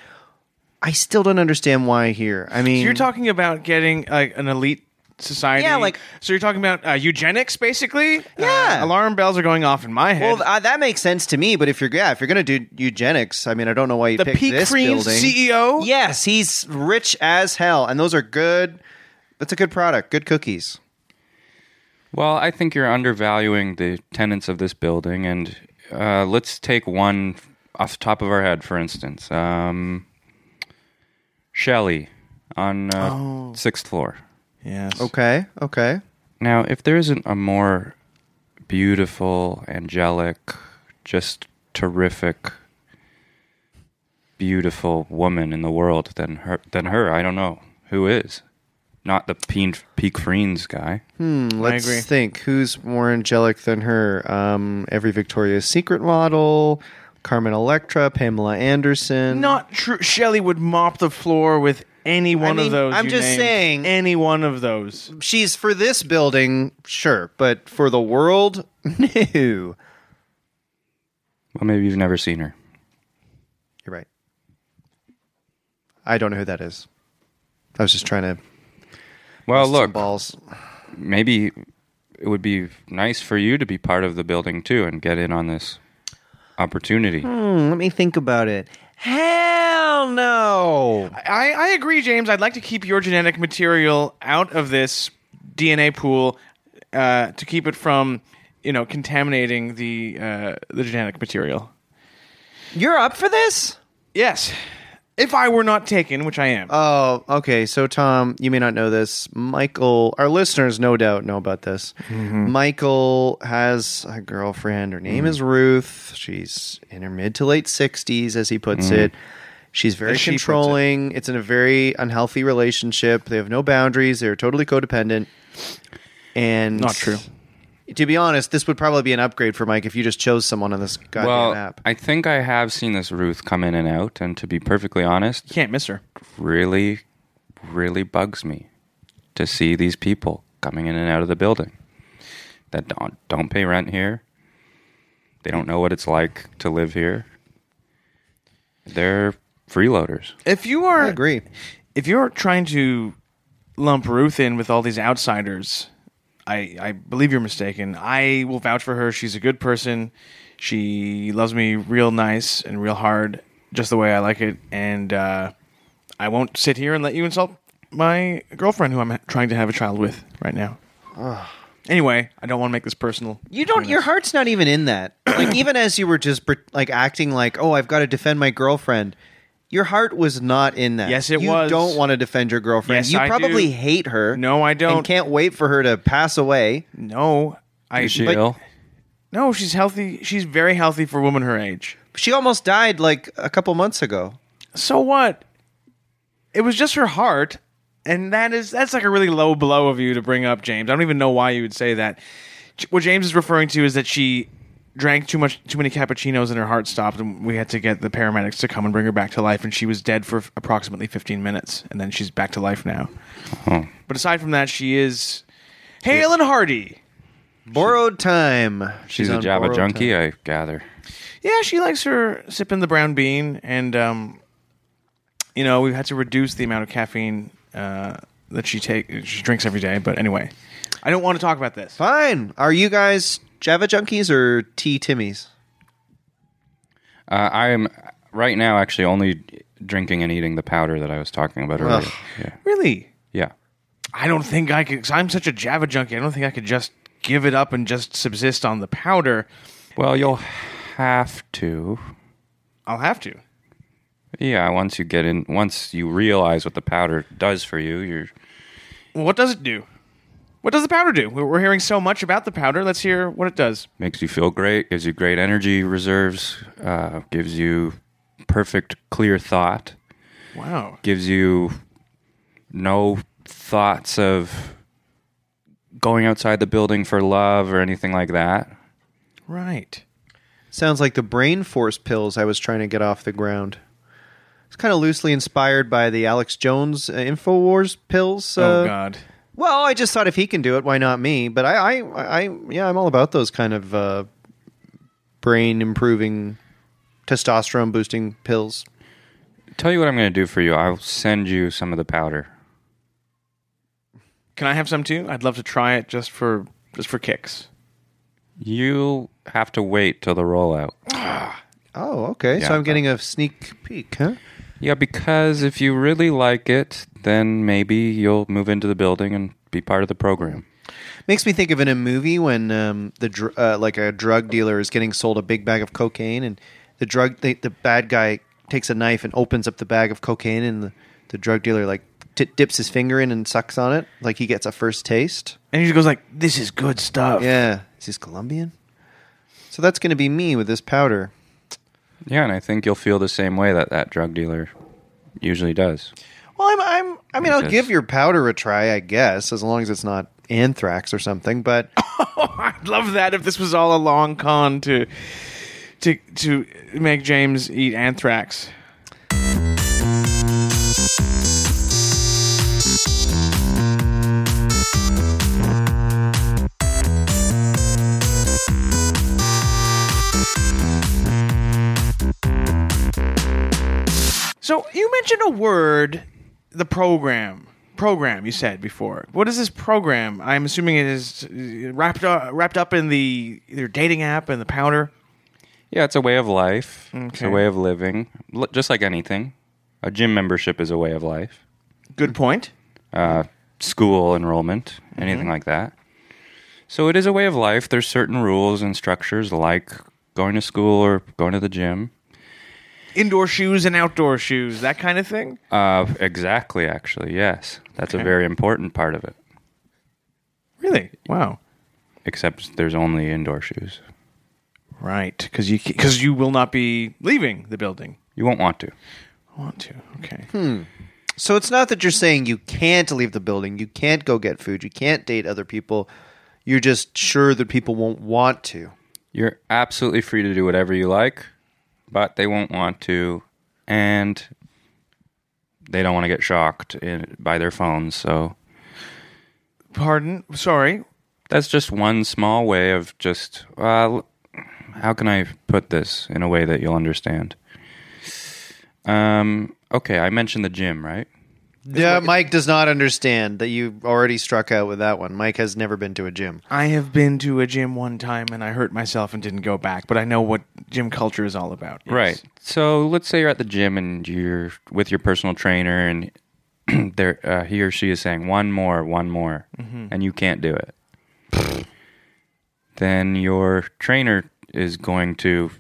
I still don't understand why here. I mean, So you're talking about getting like an elite society. Mm. Yeah, like- so you're talking about uh, eugenics, basically. Yeah. Uh, alarm bells are going off in my head. well, uh, that makes sense to me. But if you're yeah, if you're gonna do eugenics, I mean, I don't know why you the picked Peak E this Creams building. CEO. Yes, he's rich as hell, and those are good. That's a good product. Good cookies. Well, I think you're undervaluing the tenants of this building, and uh, let's take one off the top of our head, for instance. Um, Shelley on uh, sixth floor. Yes. Okay. Okay. Now, if there isn't a more beautiful, angelic, just terrific, beautiful woman in the world than her, than her, I don't know who is. Not the Peen- Peak Friends guy. Let's agree. think. Who's more angelic than her? Um, every Victoria's Secret model, Carmen Electra, Pamela Anderson. Not true. Shelley would mop the floor with any one mean, of those. I'm you just named. saying- any one of those. she's for this building, sure, but for the world, no. You're Well, maybe you've never seen her. right. I don't know who that is. I was just trying to Well, some look, balls. maybe it would be nice for you to be part of the building too and get in on this opportunity. Hmm, let me think about it. Hell no. I, I agree, James. I'd like to keep your genetic material out of this DNA pool uh, to keep it from, you know, contaminating the uh, the genetic material. You're up for this? Yes. Uh, If I were not taken, which I am. Oh, okay. So, Tom, you may not know this. Michael, our listeners no doubt know about this. Mm-hmm. Michael has a girlfriend. Her name is Ruth. She's in her mid to late 60s, as he puts it. She's very Mm-hmm. As she puts it. controlling. It's in a very unhealthy relationship. They have no boundaries. They're totally codependent. And Not true. To be honest, this would probably be an upgrade for Mike if you just chose someone on this goddamn well, app. I think I have seen this Ruth come in and out, and to be perfectly honest, Can't miss her. really, really bugs me to see these people coming in and out of the building that don't, don't pay rent here. They don't know what it's like to live here. They're freeloaders. If you are I agree. if you're trying to lump Ruth in with all these outsiders, I, I believe you're mistaken. I will vouch for her. She's a good person. She loves me real nice and real hard, just the way I like it. And uh, I won't sit here and let you insult my girlfriend, who I'm ha- trying to have a child with right now. Anyway, I don't want to make this personal. You don't. Your heart's not even in that. Like even as you were just pre- like acting like, oh, I've got to defend my girlfriend. Your heart was not in that. Yes, it you was. don't want to defend your girlfriend. Yes, you I probably do. hate her. No, I don't. And can't wait for her to pass away. No, I Is she But- ill? no. She's healthy. She's very healthy for a woman her age. She almost died like a couple months ago. so what? It was just her heart, and that is that's like a really low blow of you to bring up, James. I don't even know why you would say that. J- What James is referring to is that she drank too much, too many cappuccinos, and her heart stopped, and we had to get the paramedics to come and bring her back to life. And she was dead for approximately 15 minutes, and then she's back to life now. Oh. But aside from that, she is hale and hearty. Borrowed time. She's a on Java borrowed junkie, time. I gather. Yeah, she likes her sipping the brown bean, and um, you know we've had to reduce the amount of caffeine uh, that she take she drinks every day. But anyway, I don't want to talk about this. Fine. Are you guys Java junkies or T Timmies? Uh, I'm right now actually only drinking and eating the powder that I was talking about earlier. Ugh. Yeah. Really, yeah. I don't think I could. Cause I'm such a Java junkie. I don't think I could just give it up and just subsist on the powder. Well, you'll have to. I'll have to. Yeah, once you get in, once you realize what the powder does for you, you're Well, what does it do? What does the powder do? We're we're hearing so much about the powder. Let's hear what it does. makes you feel great, gives you great energy reserves, uh, gives you perfect clear thought, Wow. gives you no thoughts of going outside the building for love or anything like that. Right. Sounds like the brain force pills I was trying to get off the ground. It's kind of loosely inspired by the Alex Jones uh, Infowars pills. Uh, oh God. Well, I just thought if he can do it, why not me? But I, I, I yeah, I'm all about those kind of uh, brain improving, testosterone boosting pills. Tell you what I'm going to do for you. I'll send you some of the powder. Can I have some too? I'd love to try it just for just for kicks. You'll have to wait till the rollout. Oh, okay. Yeah, so I'm that- getting a sneak peek, huh? Yeah, because if you really like it, then maybe you'll move into the building and be part of the program. Makes me think of in a movie when um, the dr- uh, like a drug dealer is getting sold a big bag of cocaine, and the drug the, the bad guy takes a knife and opens up the bag of cocaine, and the, the drug dealer like t- dips his finger in and sucks on it, like he gets a first taste. And he just goes like, "This is good stuff." Yeah, is this Colombian? So that's going to be me with this powder. Yeah, and I think you'll feel the same way that that drug dealer usually does. Well, I'm, I'm I mean, I'll Jesus. give your powder a try, I guess, as long as it's not anthrax or something. But I'd love that if this was all a long con to to to make James eat anthrax. So you mentioned a word, the program. Program you said before. What is this program? I'm assuming it is uh, wrapped up, wrapped up in the either dating app and the powder. Yeah, it's a way of life. It's Okay. a way of living, L- just like anything. A gym membership is a way of life. Good point. uh, school enrollment, anything like that. So it is a way of life. There's certain rules and structures like going to school or going to the gym. Indoor shoes and outdoor shoes, that kind of thing. Uh, exactly, actually, yes. That's a very important part of it, Really? Wow. except there's only indoor shoes. Right, because you because you will not be leaving the building. You won't want to. I want to? Okay. so it's not that you're saying you can't leave the building, you can't go get food, you can't date other people, You're just sure that people won't want to. You're absolutely free to do whatever you like, but they won't want to, and they don't want to get shocked in, by their phones. So Pardon? Sorry. that's just one small way of just, uh, l- how can I put this in a way that you'll understand? Um, okay, I mentioned the gym, right? Yeah, Mike does not understand that you already struck out with that one. Mike has never been to a gym. I have been to a gym one time and I hurt myself and didn't go back, but I know what gym culture is all about. Yes. Right. So let's say you're at the gym and you're with your personal trainer, and there uh, he or she is saying one more, one more, Mm-hmm. and you can't do it. then your trainer is going to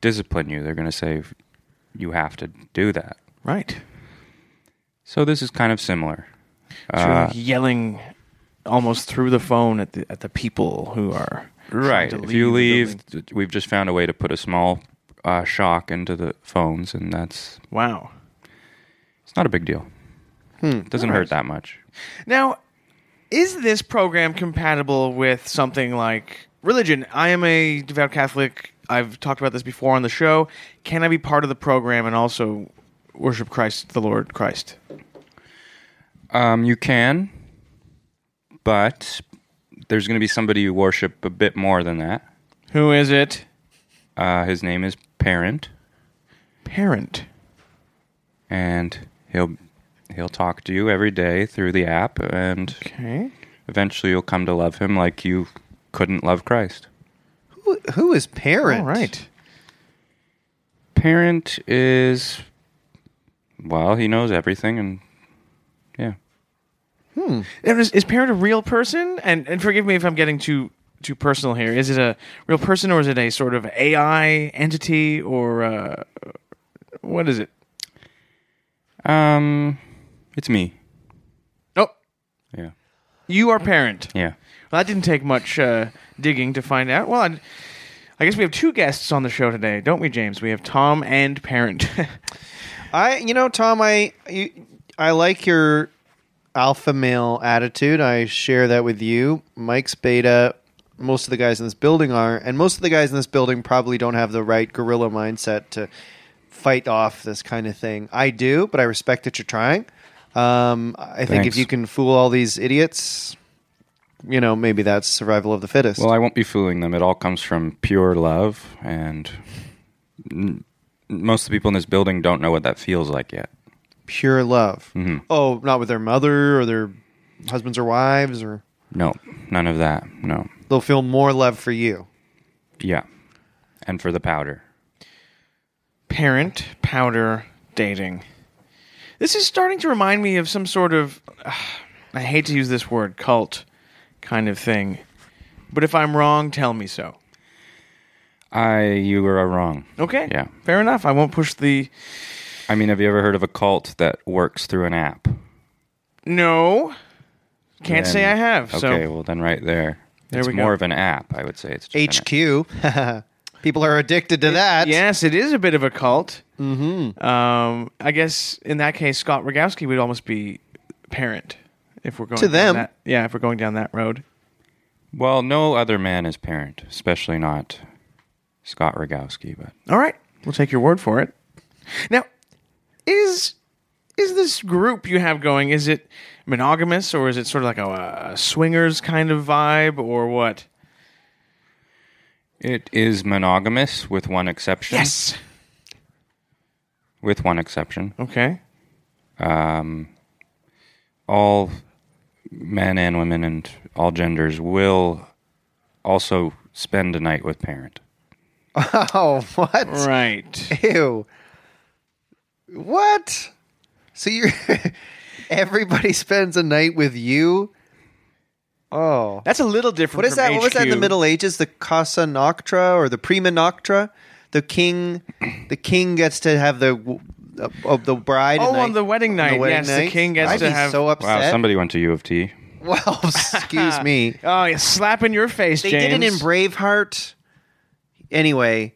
discipline you. They're going to say you have to do that. Right. So this is kind of similar. Sort Uh, of yelling almost through the phone at the at the people who are trying Right. to If you the leave, building. th- we've just found a way to put a small uh, shock into the phones, and that's Wow. it's not a big deal. Hmm. Doesn't hurt that much. Now, is this program compatible with something like religion? I am a devout Catholic. I've talked about this before on the show. Can I be part of the program and also worship Christ, the Lord Christ? Um, you can, but there's going to be somebody you worship a bit more than that. Who is it? Uh, his name is Parent, Parent. and he'll he'll talk to you every day through the app, and Okay. eventually you'll come to love him like you couldn't love Christ. Who, who is parent? All right. Parent is well, he knows everything, and yeah, And Is, is parent a real person? And and forgive me if I'm getting too too personal here. Is it a real person or is it a sort of AI entity or uh, what is it? um, it's me. Oh, Yeah, you are parent. yeah. Well, that didn't take much uh, digging to find out. Well, I, I guess we have two guests on the show today, don't we, James? We have Tom and Parent. I, you know, Tom, I, you, I like your alpha male attitude. I share that with you. Mike's beta. Most of the guys in this building are, and most of the guys in this building probably don't have the right gorilla mindset to fight off this kind of thing. I do, but I respect that you're trying. Um, I think if Thanks. you can fool all these idiots, you know, maybe that's survival of the fittest. Well, I won't be fooling them. It all comes from pure love, and n- most of the people in this building don't know what that feels like yet. Pure love. Mm-hmm. Oh, not with their mother or their husbands or wives, or No, none of that. No. they'll feel more love for you. Yeah. And for the powder. parent, powder, dating. This is starting to remind me of some sort of, ah, I hate to use this word, cult kind of thing. But if I'm wrong, tell me so. I, you are wrong. Okay? Yeah. Fair enough. I won't push the. I mean, have you ever heard of a cult that works through an app? No. Can't Then- say I have. So. Okay, well, then right there. There it's we go. more of an app, I would say. It's just an HQ. app. People are addicted to that. Yes, it is a bit of a cult. Mm-hmm. Um, I guess in that case, Scott Rogowski would almost be parent if we're going To down them. That, yeah, if we're going down that road. Well, no other man is parent, especially not Scott Rogowski, but All right, we'll take your word for it. Now, is is this group you have going? Is it monogamous or is it sort of like a, a swingers kind of vibe or what? it is monogamous with one exception. With one exception. Okay. all men and women and all genders will also spend a night with parent. Oh, what? Right. Ew. What? So you everybody spends a night with you? Oh. That's a little different. What is from that? What was that in the HQ. Middle Ages? The Casa Noctra or the Prima Noctra? The king the king gets to have the w- of of the bride Oh, a night- on the wedding night, yes, the king gets I'd to be have- so Wow, upset. somebody went to U of T. Well, excuse me. Oh, yeah, slap in your face, They James. did it in Braveheart. Anyway,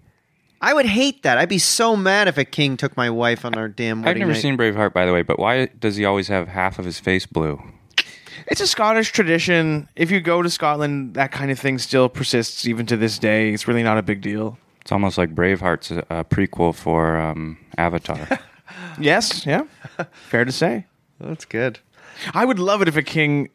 I would hate that. I'd be so mad if a king took my wife on our damn I've wedding never night. seen Braveheart, by the way, but why does he always have half of his face blue? It's a Scottish tradition. If you go to Scotland, that kind of thing still persists even to this day. It's really not a big deal. It's almost like Braveheart's a, a prequel for um, Avatar. Yes, yeah. Fair to say. That's good. I would love it if a king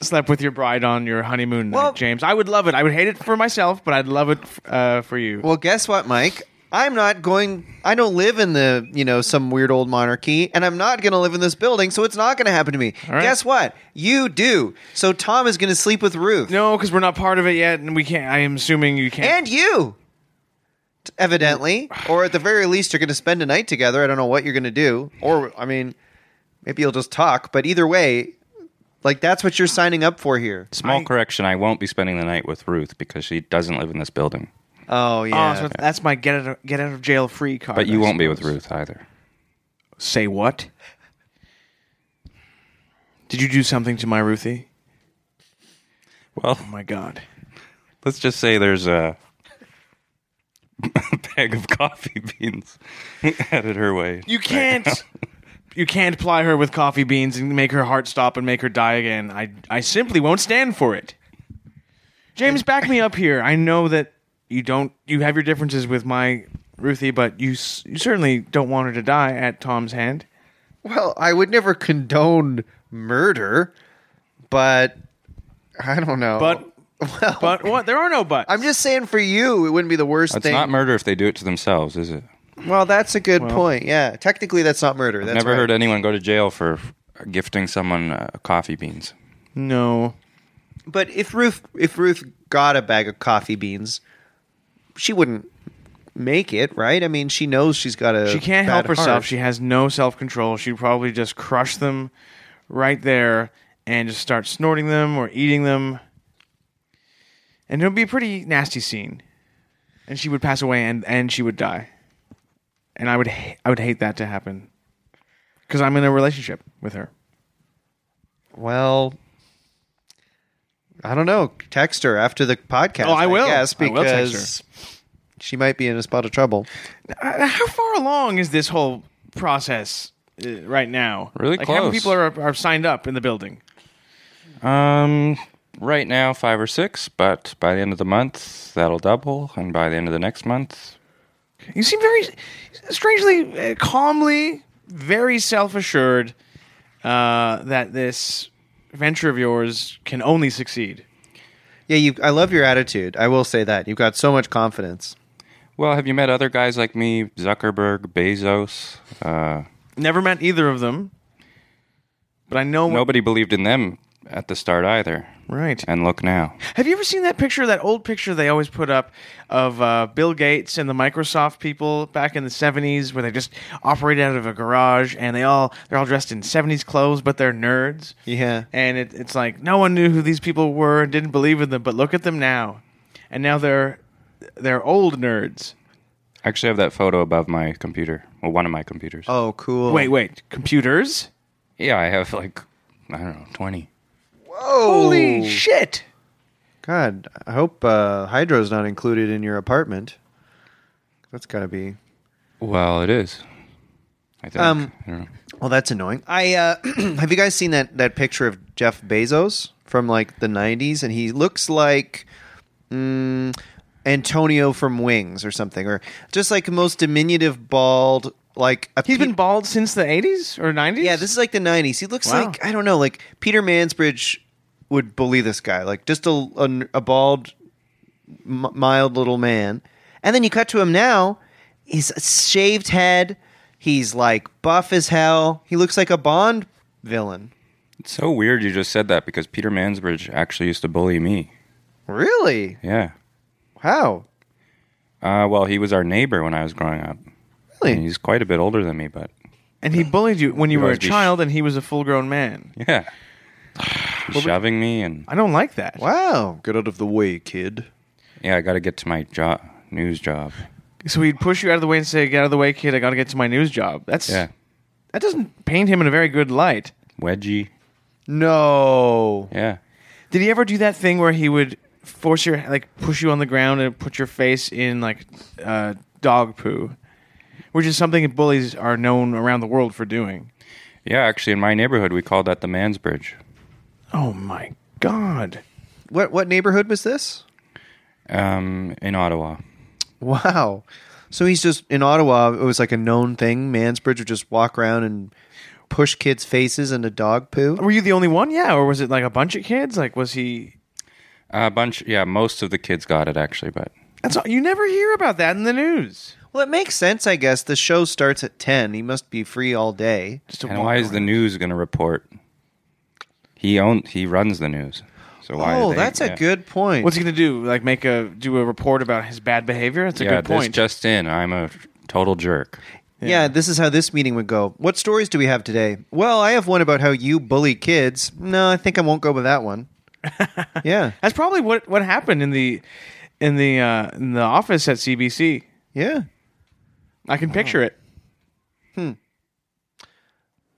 slept with your bride on your honeymoon night, Well- James. I would love it. I would hate it for myself, but I'd love it uh, for you. Well, guess what, Mike? I'm not going. I don't live in the you know some weird old monarchy, and I'm not going to live in this building, so it's not going to happen to me. right. Guess what? You do. So Tom is going to sleep with Ruth no, because we're not part of it yet, and we can't. I am assuming you can't. and you, t- evidently, or at the very least, you're going to spend a night together. I don't know what you're going to do, or I mean, maybe you'll just talk. But either way, like that's what you're signing up for here. Small correction: I won't be spending the night with Ruth because she doesn't live in this building. Oh yeah. Oh, so that's my get out of, get out of jail free card. But you I won't be with suppose. Ruth either. Say what? Did you do something to my Ruthie? Well, Oh my God. let's just say there's a bag of coffee beans headed her way. You can't. you can't ply her with coffee beans and make her heart stop and make her die again. I I simply won't stand for it. James, back me up here. I know that you don't. You have your differences with my Ruthie, but you s- you certainly don't want her to die at Tom's hand. Well, I would never condone murder, but I don't know. But well, but what? There are no buts. I'm just saying for you, it wouldn't be the worst It's thing. not murder if they do it to themselves, is it? well, that's a good point. Yeah, technically, that's not murder. That's Never right. heard anyone go to jail for gifting someone uh, coffee beans. no. But if Ruth, if Ruth got a bag of coffee beans, she wouldn't make it, right? I mean, she knows she's got a. She can't bad help herself. heart. She has no self control. She'd probably just crush them right there and just start snorting them or eating them. And it would be a pretty nasty scene. And she would pass away and, and she would die. And I would ha- I would hate that to happen. Cuz I'm in a relationship with her. Well, I don't know. Text her after the podcast. Oh, I will. guess, I will because text she might be in a spot of trouble. Uh, How far along is this whole process uh, right now? Really like How many close. people are are signed up in the building? Um, right now five or six, but by the end of the month that'll double, and by the end of the next month, You seem very strangely uh, calmly, very self assured uh, that this venture of yours can only succeed. Yeah, you. I love your attitude. I will say that you've got so much confidence. well, have you met other guys like me, Zuckerberg, Bezos? Uh, Never met either of them, but I know. nobody believed in them at the start either, Right. and look now. Have you ever seen that picture, that old picture they always put up of uh, Bill Gates and the Microsoft people back in the 70s where they just operated out of a garage and they all, they're all dressed in 70s clothes, but they're nerds? Yeah. and it, it's like no one knew who these people were and didn't believe in them but look at them now and now they're they're old nerds I actually have that photo above my computer, well, one of my computers. Oh, cool. wait wait computers Yeah, I have like I don't know twenty. Whoa. holy shit God, I hope uh, Hydro's not included in your apartment. That's gotta be. Well, it is. I think. Um, I don't know. Well, that's annoying. I uh, have you guys seen that that picture of Jeff Bezos from like the '90s, and he looks like mm, Antonio from Wings or something, or just like the most diminutive, bald, like a he's pe- been bald since the 80s or 90s Yeah, this is like the '90s. He looks Wow. like I don't know, like Peter Mansbridge would bully this guy, like just a a, a bald, m- mild little man. And then you cut to him now. He's a shaved head. He's like buff as hell. He looks like a Bond villain. It's so weird you just said that because Peter Mansbridge actually used to bully me. Really? Yeah. How? Uh, well, he was our neighbor when I was growing up. And Really? he's quite a bit older than me, but and he bullied you when you You'd were a always be sh- child and he was a full-grown man yeah, He's shoving me, and i don't like that Wow. Get out of the way, kid. yeah, I got to get to my job, news job. so he'd push you out of the way and say get out of the way kid i gotta get to my news job that's Yeah, that doesn't paint him in a very good light wedgie. No. Yeah, Did he ever do that thing where he would force your like push you on the ground and put your face in like uh, dog poo, which is something that bullies are known around the world for doing? yeah. Actually, in my neighborhood, we called that the Mansbridge. Oh my god. What what neighborhood was this? um, in Ottawa. Wow. So he's just in Ottawa. It was like a known thing. Mansbridge would just walk around and push kids' faces into dog poo. Were you the only one? Yeah, or was it like a bunch of kids? Like was he A bunch, yeah, most of the kids got it actually, but That's all, you never hear about that in the news. Well, it makes sense, I guess. The show starts at ten. He must be free all day. Just a and why is the news going to report? He own he runs the news, so why? Oh, they- that's yeah. a good point. What's he going to do? Like make a do a report about his bad behavior? That's a yeah, good point. This just in, I'm a total jerk. yeah. this is how this meeting would go. What stories do we have today? Well, I have one about how you bully kids. No, I think I won't go with that one. yeah, That's probably what what happened in the in the uh, in the office at CBC. yeah. I can picture it.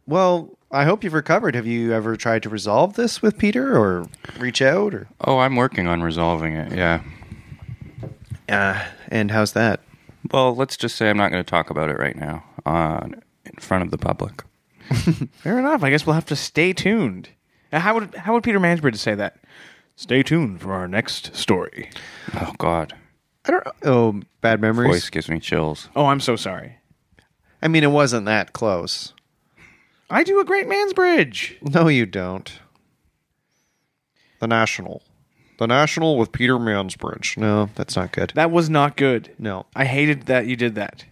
Well, I hope you've recovered. Have you ever tried to resolve this with Peter or reach out or? Oh, I'm working on resolving it. Yeah. Uh, and how's that? Well, let's just say I'm not going to talk about it right now uh, in front of the public. Fair enough. I guess we'll have to stay tuned. Now, how would how would Peter Mansbridge say that? Stay tuned for our next story. Oh God, I don't. Oh, bad memories. voice gives me chills. Oh, I'm so sorry. I mean, it wasn't that close. I do a great Mansbridge. No, you don't. The National. The National with Peter Mansbridge. No, that's not good. That was not good. No. I hated that you did that.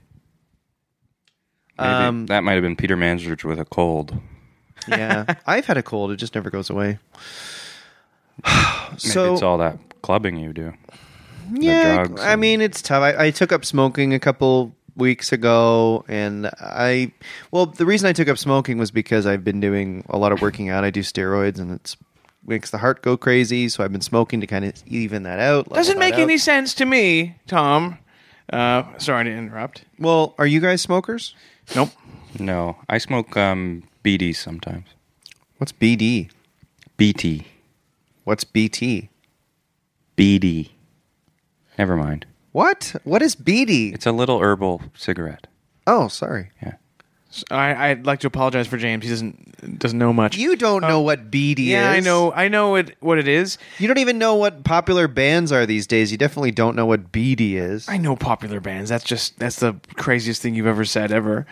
Maybe Um, that might have been Peter Mansbridge with a cold. yeah, I've had a cold. It just never goes away. Maybe so it's all that clubbing you do. yeah, drugs I and- mean, it's tough. I, I took up smoking a couple weeks ago, and I well, the reason I took up smoking was because I've been doing a lot of working out. I do steroids, and it's makes the heart go crazy. So I've been smoking to kind of even that out. level Doesn't that make out. any sense to me, Tom. Uh, sorry to interrupt. Well, are you guys smokers? Nope. No, I smoke um, BD sometimes. What's BD? BT. What's BT? BD. Never mind. What? What is BD? It's a little herbal cigarette. Oh, sorry. Yeah. S- I, would like to apologize for James. He doesn't doesn't know much. You don't know what BD is. Oh. yeah, I know. I know it, what it is. You don't even know what popular bands are these days. You definitely don't know what BD is. I know popular bands. That's just that's the craziest thing you've ever said ever.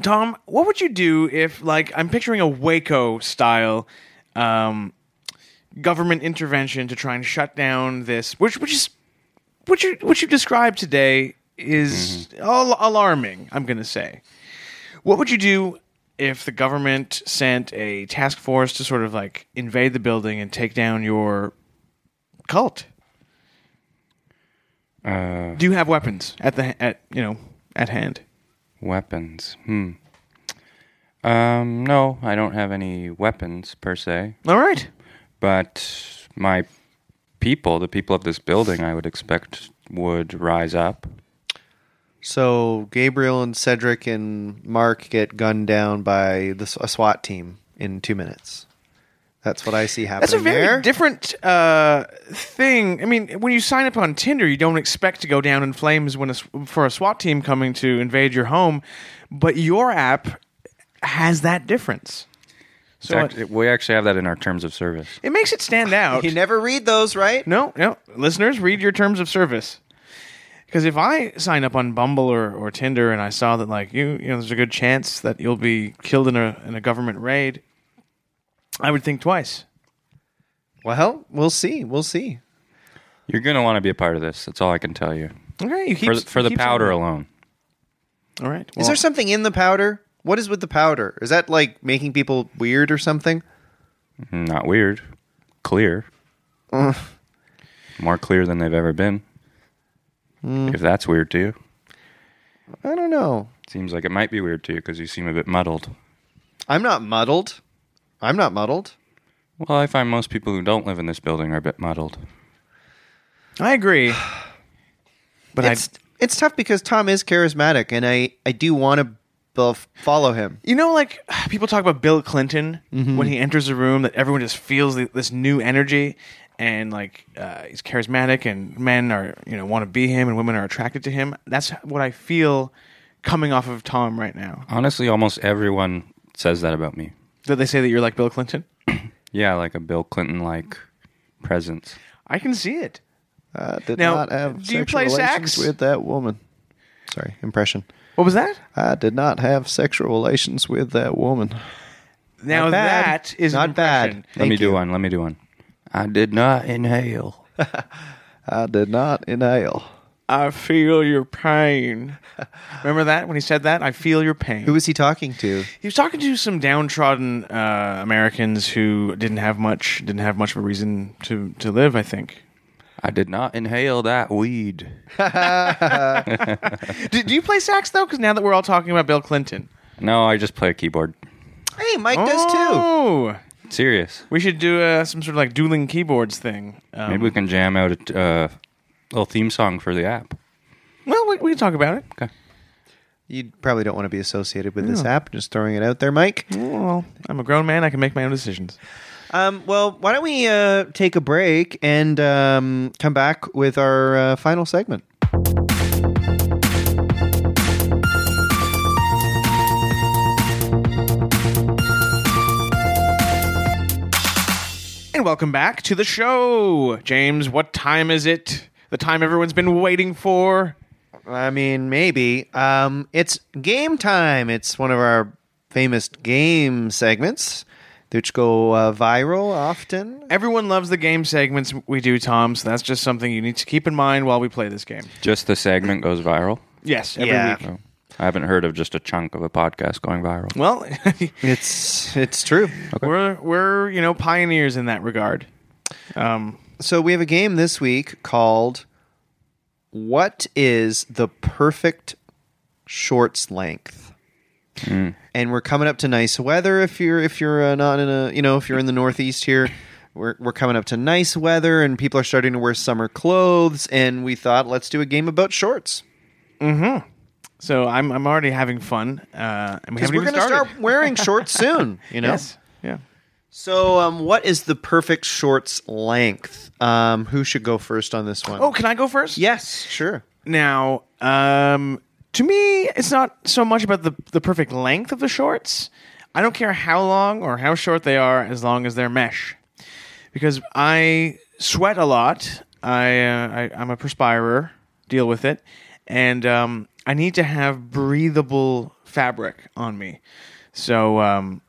Tom, what would you do if like I'm picturing a Waco style um, government intervention to try and shut down this, which which is what you what you described today is al- alarming. I'm going to say. What would you do if the government sent a task force to sort of like invade the building and take down your cult? Uh, Do you have weapons at the at you know at hand? weapons. Hmm. Um, no, I don't have any weapons per se, All right. but my people, the people of this building, I would expect would rise up. So Gabriel and Cedric and Mark get gunned down by the, a SWAT team in two minutes. That's what I see happening That's a very there. different uh, thing. I mean, when you sign up on Tinder, you don't expect to go down in flames when a, s- for a SWAT team coming to invade your home, but your app has that difference. So Act- it, we actually have that in our terms of service. it makes it stand out. you never read those, right? No, no. Listeners, read your terms of service. Because if I sign up on Bumble or, or Tinder and I saw that like you, you know, there's a good chance that you'll be killed in a in a government raid, I would think twice. Well, we'll see. We'll see. You're going to want to be a part of this. That's all I can tell you. Okay, you keep for the, for the keep powder saying alone. that. All right. Is there something in the powder? What is with the powder? Is that like making people weird or something? Hmm, Not weird. Clear. More clear than they've ever been. If that's weird to you, I don't know. seems like it might be weird to you because you seem a bit muddled. I'm not muddled. I'm not muddled. Well, I find most people who don't live in this building are a bit muddled. some? I agree. But I, it's it's tough because Tom is charismatic, and I I do want to b- follow him. you know, like people talk about Bill Clinton Mm-hmm. when he enters a room that everyone just feels th- this new energy, and like uh, he's charismatic, and men are you know want to be him, and women are attracted to him. That's what I feel coming off of Tom right now. Honestly, almost everyone says that about me. Did they say that you're like Bill Clinton? Yeah, like a Bill Clinton like presence. I can see it. Uh, did Now, not have do you sexual play relations sax? with that woman. Sorry, impression. What was that? I did not have sexual relations with that woman. Now bad. that is an Not bad. impression. let Thank me do you. one. Let me do one. I did not inhale. I did not inhale. I feel your pain. Remember that when he said that? I feel your pain. Who was he talking to? he was talking to some downtrodden uh, Americans who didn't have much, didn't have much of a reason to to live. I think. I did not inhale that weed. Do, do you play sax though? Because now that we're all talking about Bill Clinton, No, I just play keyboard. Hey, Mike does too. Oh, Serious. we should do uh, some sort of like dueling keyboards thing. Um, Maybe we can jam out a t- uh, little theme song for the app. Well, we, we can talk about it. Okay. You probably don't want to be associated with this app. Just throwing it out there, Mike. Well, I'm a grown man. I can make my own decisions. Um, well, why don't we uh, take a break and um, come back with our uh, final segment? And welcome back to the show, James. What time is it? The time everyone's been waiting for. I mean, maybe. Um, it's game time. It's one of our famous game segments, which go uh, viral often. Everyone loves the game segments we do, Tom. So that's just something you need to keep in mind while we play this game. Just the segment goes viral. Yes, every Yeah. week. No. I haven't heard of just a chunk of a podcast going viral. Well, It's it's true. we're we're you know pioneers in that regard. Um, So we have a game this week called "What is the perfect shorts length?" Hmm. And we're coming up to nice weather. If you're if you're uh, not in a you know if you're in the Northeast here, we're we're coming up to nice weather, and people are starting to wear summer clothes. And we thought, let's do a game about shorts so I'm I'm already having fun, uh, and we because haven't we're even going to started. start wearing shorts soon. You know. Yes, yeah. So, um, what is the perfect shorts length? Um, who should go first on this one? Oh, can I go first? yes, sure. Now, um, to me, it's not so much about the the perfect length of the shorts. I don't care how long or how short they are, as long as they're mesh. Because I sweat a lot. I, uh, I I'm a perspirer. Deal with it, and um, I need to have breathable fabric on me. So. Um,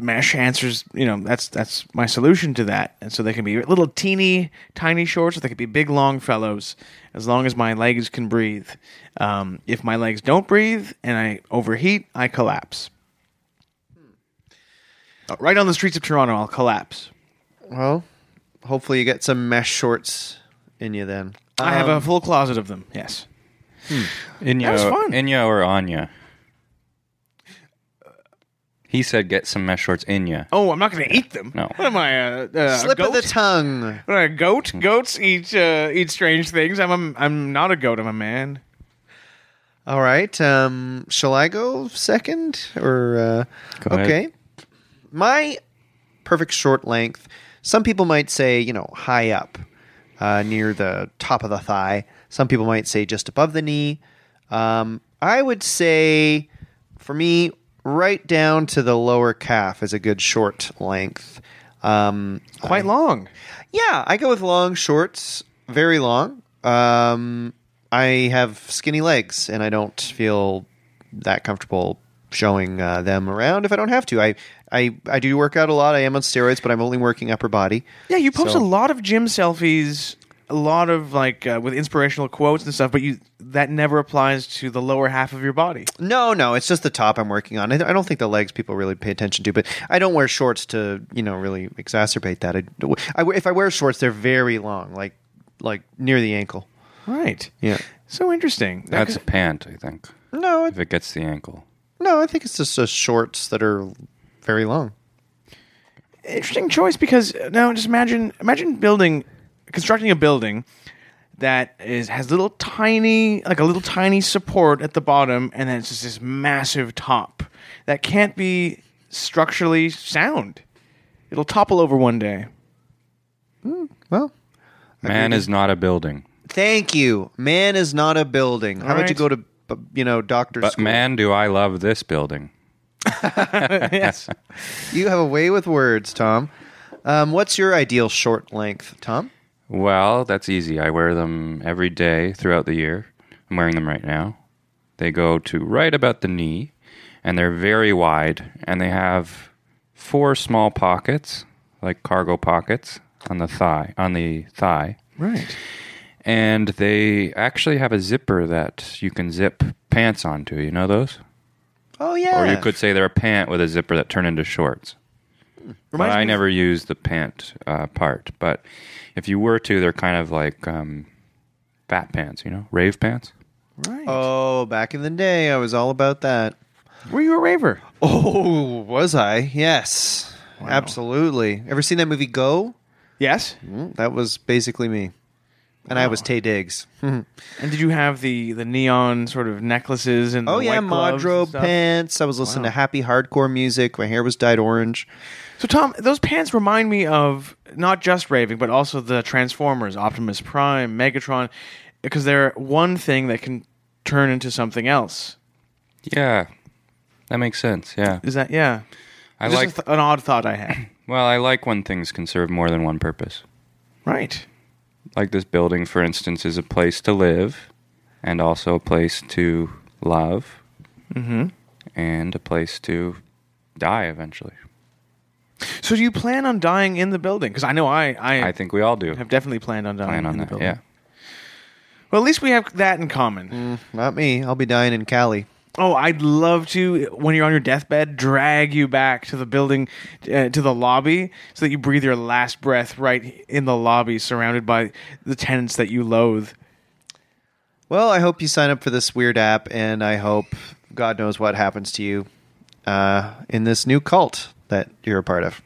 mesh answers you know that's that's my solution to that and so they can be little teeny tiny shorts or they could be big long fellows as long as my legs can breathe um, if my legs don't breathe and i overheat i collapse Hmm. Uh, right on the streets of toronto i'll collapse Well, hopefully you get some mesh shorts in you then. i have Um, a full closet of them yes Inyo, That was fun. Inyo or Anya? He said, "Get some mesh shorts, Inya." oh i'm not going to eat them No. what am i uh, uh, a Slip of the Hmm. goat? tongue. What am I, a goat goats eat uh, eat strange things i'm a, i'm not a goat i'm a man All right. Um, shall I go second or uh, Go ahead. okay? My perfect short length. Some people might say, you know, high up, uh, near the top of the thigh. Some people might say just above the knee. Um, I would say, for me, right down to the lower calf is a good short length. Um, quite long Yeah, I go with long shorts, very long. Um, I have skinny legs, and I don't feel that comfortable showing uh, them around if I don't have to. I, I I do work out a lot. I am on steroids, but I'm only working upper body. Yeah, you post So- a lot of gym selfies, a lot of like uh, with inspirational quotes and stuff, but you that never applies to the lower half of your body. No, no, it's just the top I'm working on. I, I don't think the legs people really pay attention to, but I don't wear shorts to you know really exacerbate that. I, I- if I wear shorts, they're very long, like like near the ankle. Right. Yeah. So interesting. Now, That's a 'cause- pant, I think. No, I If it gets the ankle, No, I think it's just uh, shorts that are very long. interesting choice because uh, now just imagine imagine building constructing a building that is has little tiny like a little tiny support at the bottom and then it's just this massive top that can't be structurally sound. It'll topple over one day. Well, man is not a building, thank you. Man is not a building. How about right. you go to b- you know doctor but school? man, do I love this building. yes. You have a way with words, Tom. Um, what's your ideal short length, Tom? Well, that's easy. I wear them every day throughout the year. I'm wearing them right now. They go to right about the knee, and they're very wide, and they have four small pockets, like cargo pockets, on the thigh, on the thigh. Right. And they actually have a zipper that you can zip pants onto. You know those? Oh yeah. Or you could say they're a pant with a zipper that turn into shorts. Reminds but me I of- never use the pant uh, part. But if you were to, they're kind of like um, fat pants, you know, rave pants. Right. Oh, back in the day, I was all about that. Were you a raver? Oh, was I? Yes, absolutely. Ever seen that movie Go? Yes. Mm-hmm. Mm, That was basically me, and I was Tay Diggs. And did you have the the neon sort of necklaces and Oh the yeah, white gloves and Madro stuff? pants. I was listening to happy hardcore music. My hair was dyed orange. So Tom, those pants remind me of not just raving, but also the Transformers, Optimus Prime, Megatron, because they're one thing that can turn into something else. Yeah, that makes sense. Yeah, Is that yeah? I Just a like. th- an odd thought I had. well, I like when things can serve more than one purpose. right. Like this building, for instance, is a place to live, and also a place to love, mm-hmm. and a place to die eventually. So do you plan on dying in the building? Because I know I I, I think we all do have definitely planned on dying plan on in the that. building. Yeah. Well, at least we have that in common. Not me. I'll be dying in Cali. Oh, I'd love to, when you're on your deathbed, drag you back to the building, uh, to the lobby, so that you breathe your last breath right in the lobby, surrounded by the tenants that you loathe. Well, I hope you sign up for this weird app, and I hope God knows what happens to you uh, in this new cult that you're a part of.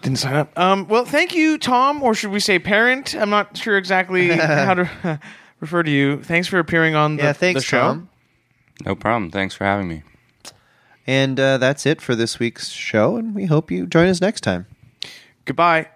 Didn't sign up. Um, well, thank you, Tom, or should we say parent? I'm not sure exactly how to refer to you. Thanks for appearing on the, yeah, thanks, the show. Tom. No problem. Thanks for having me. And uh, that's it for this week's show, and we hope you join us next time. Goodbye.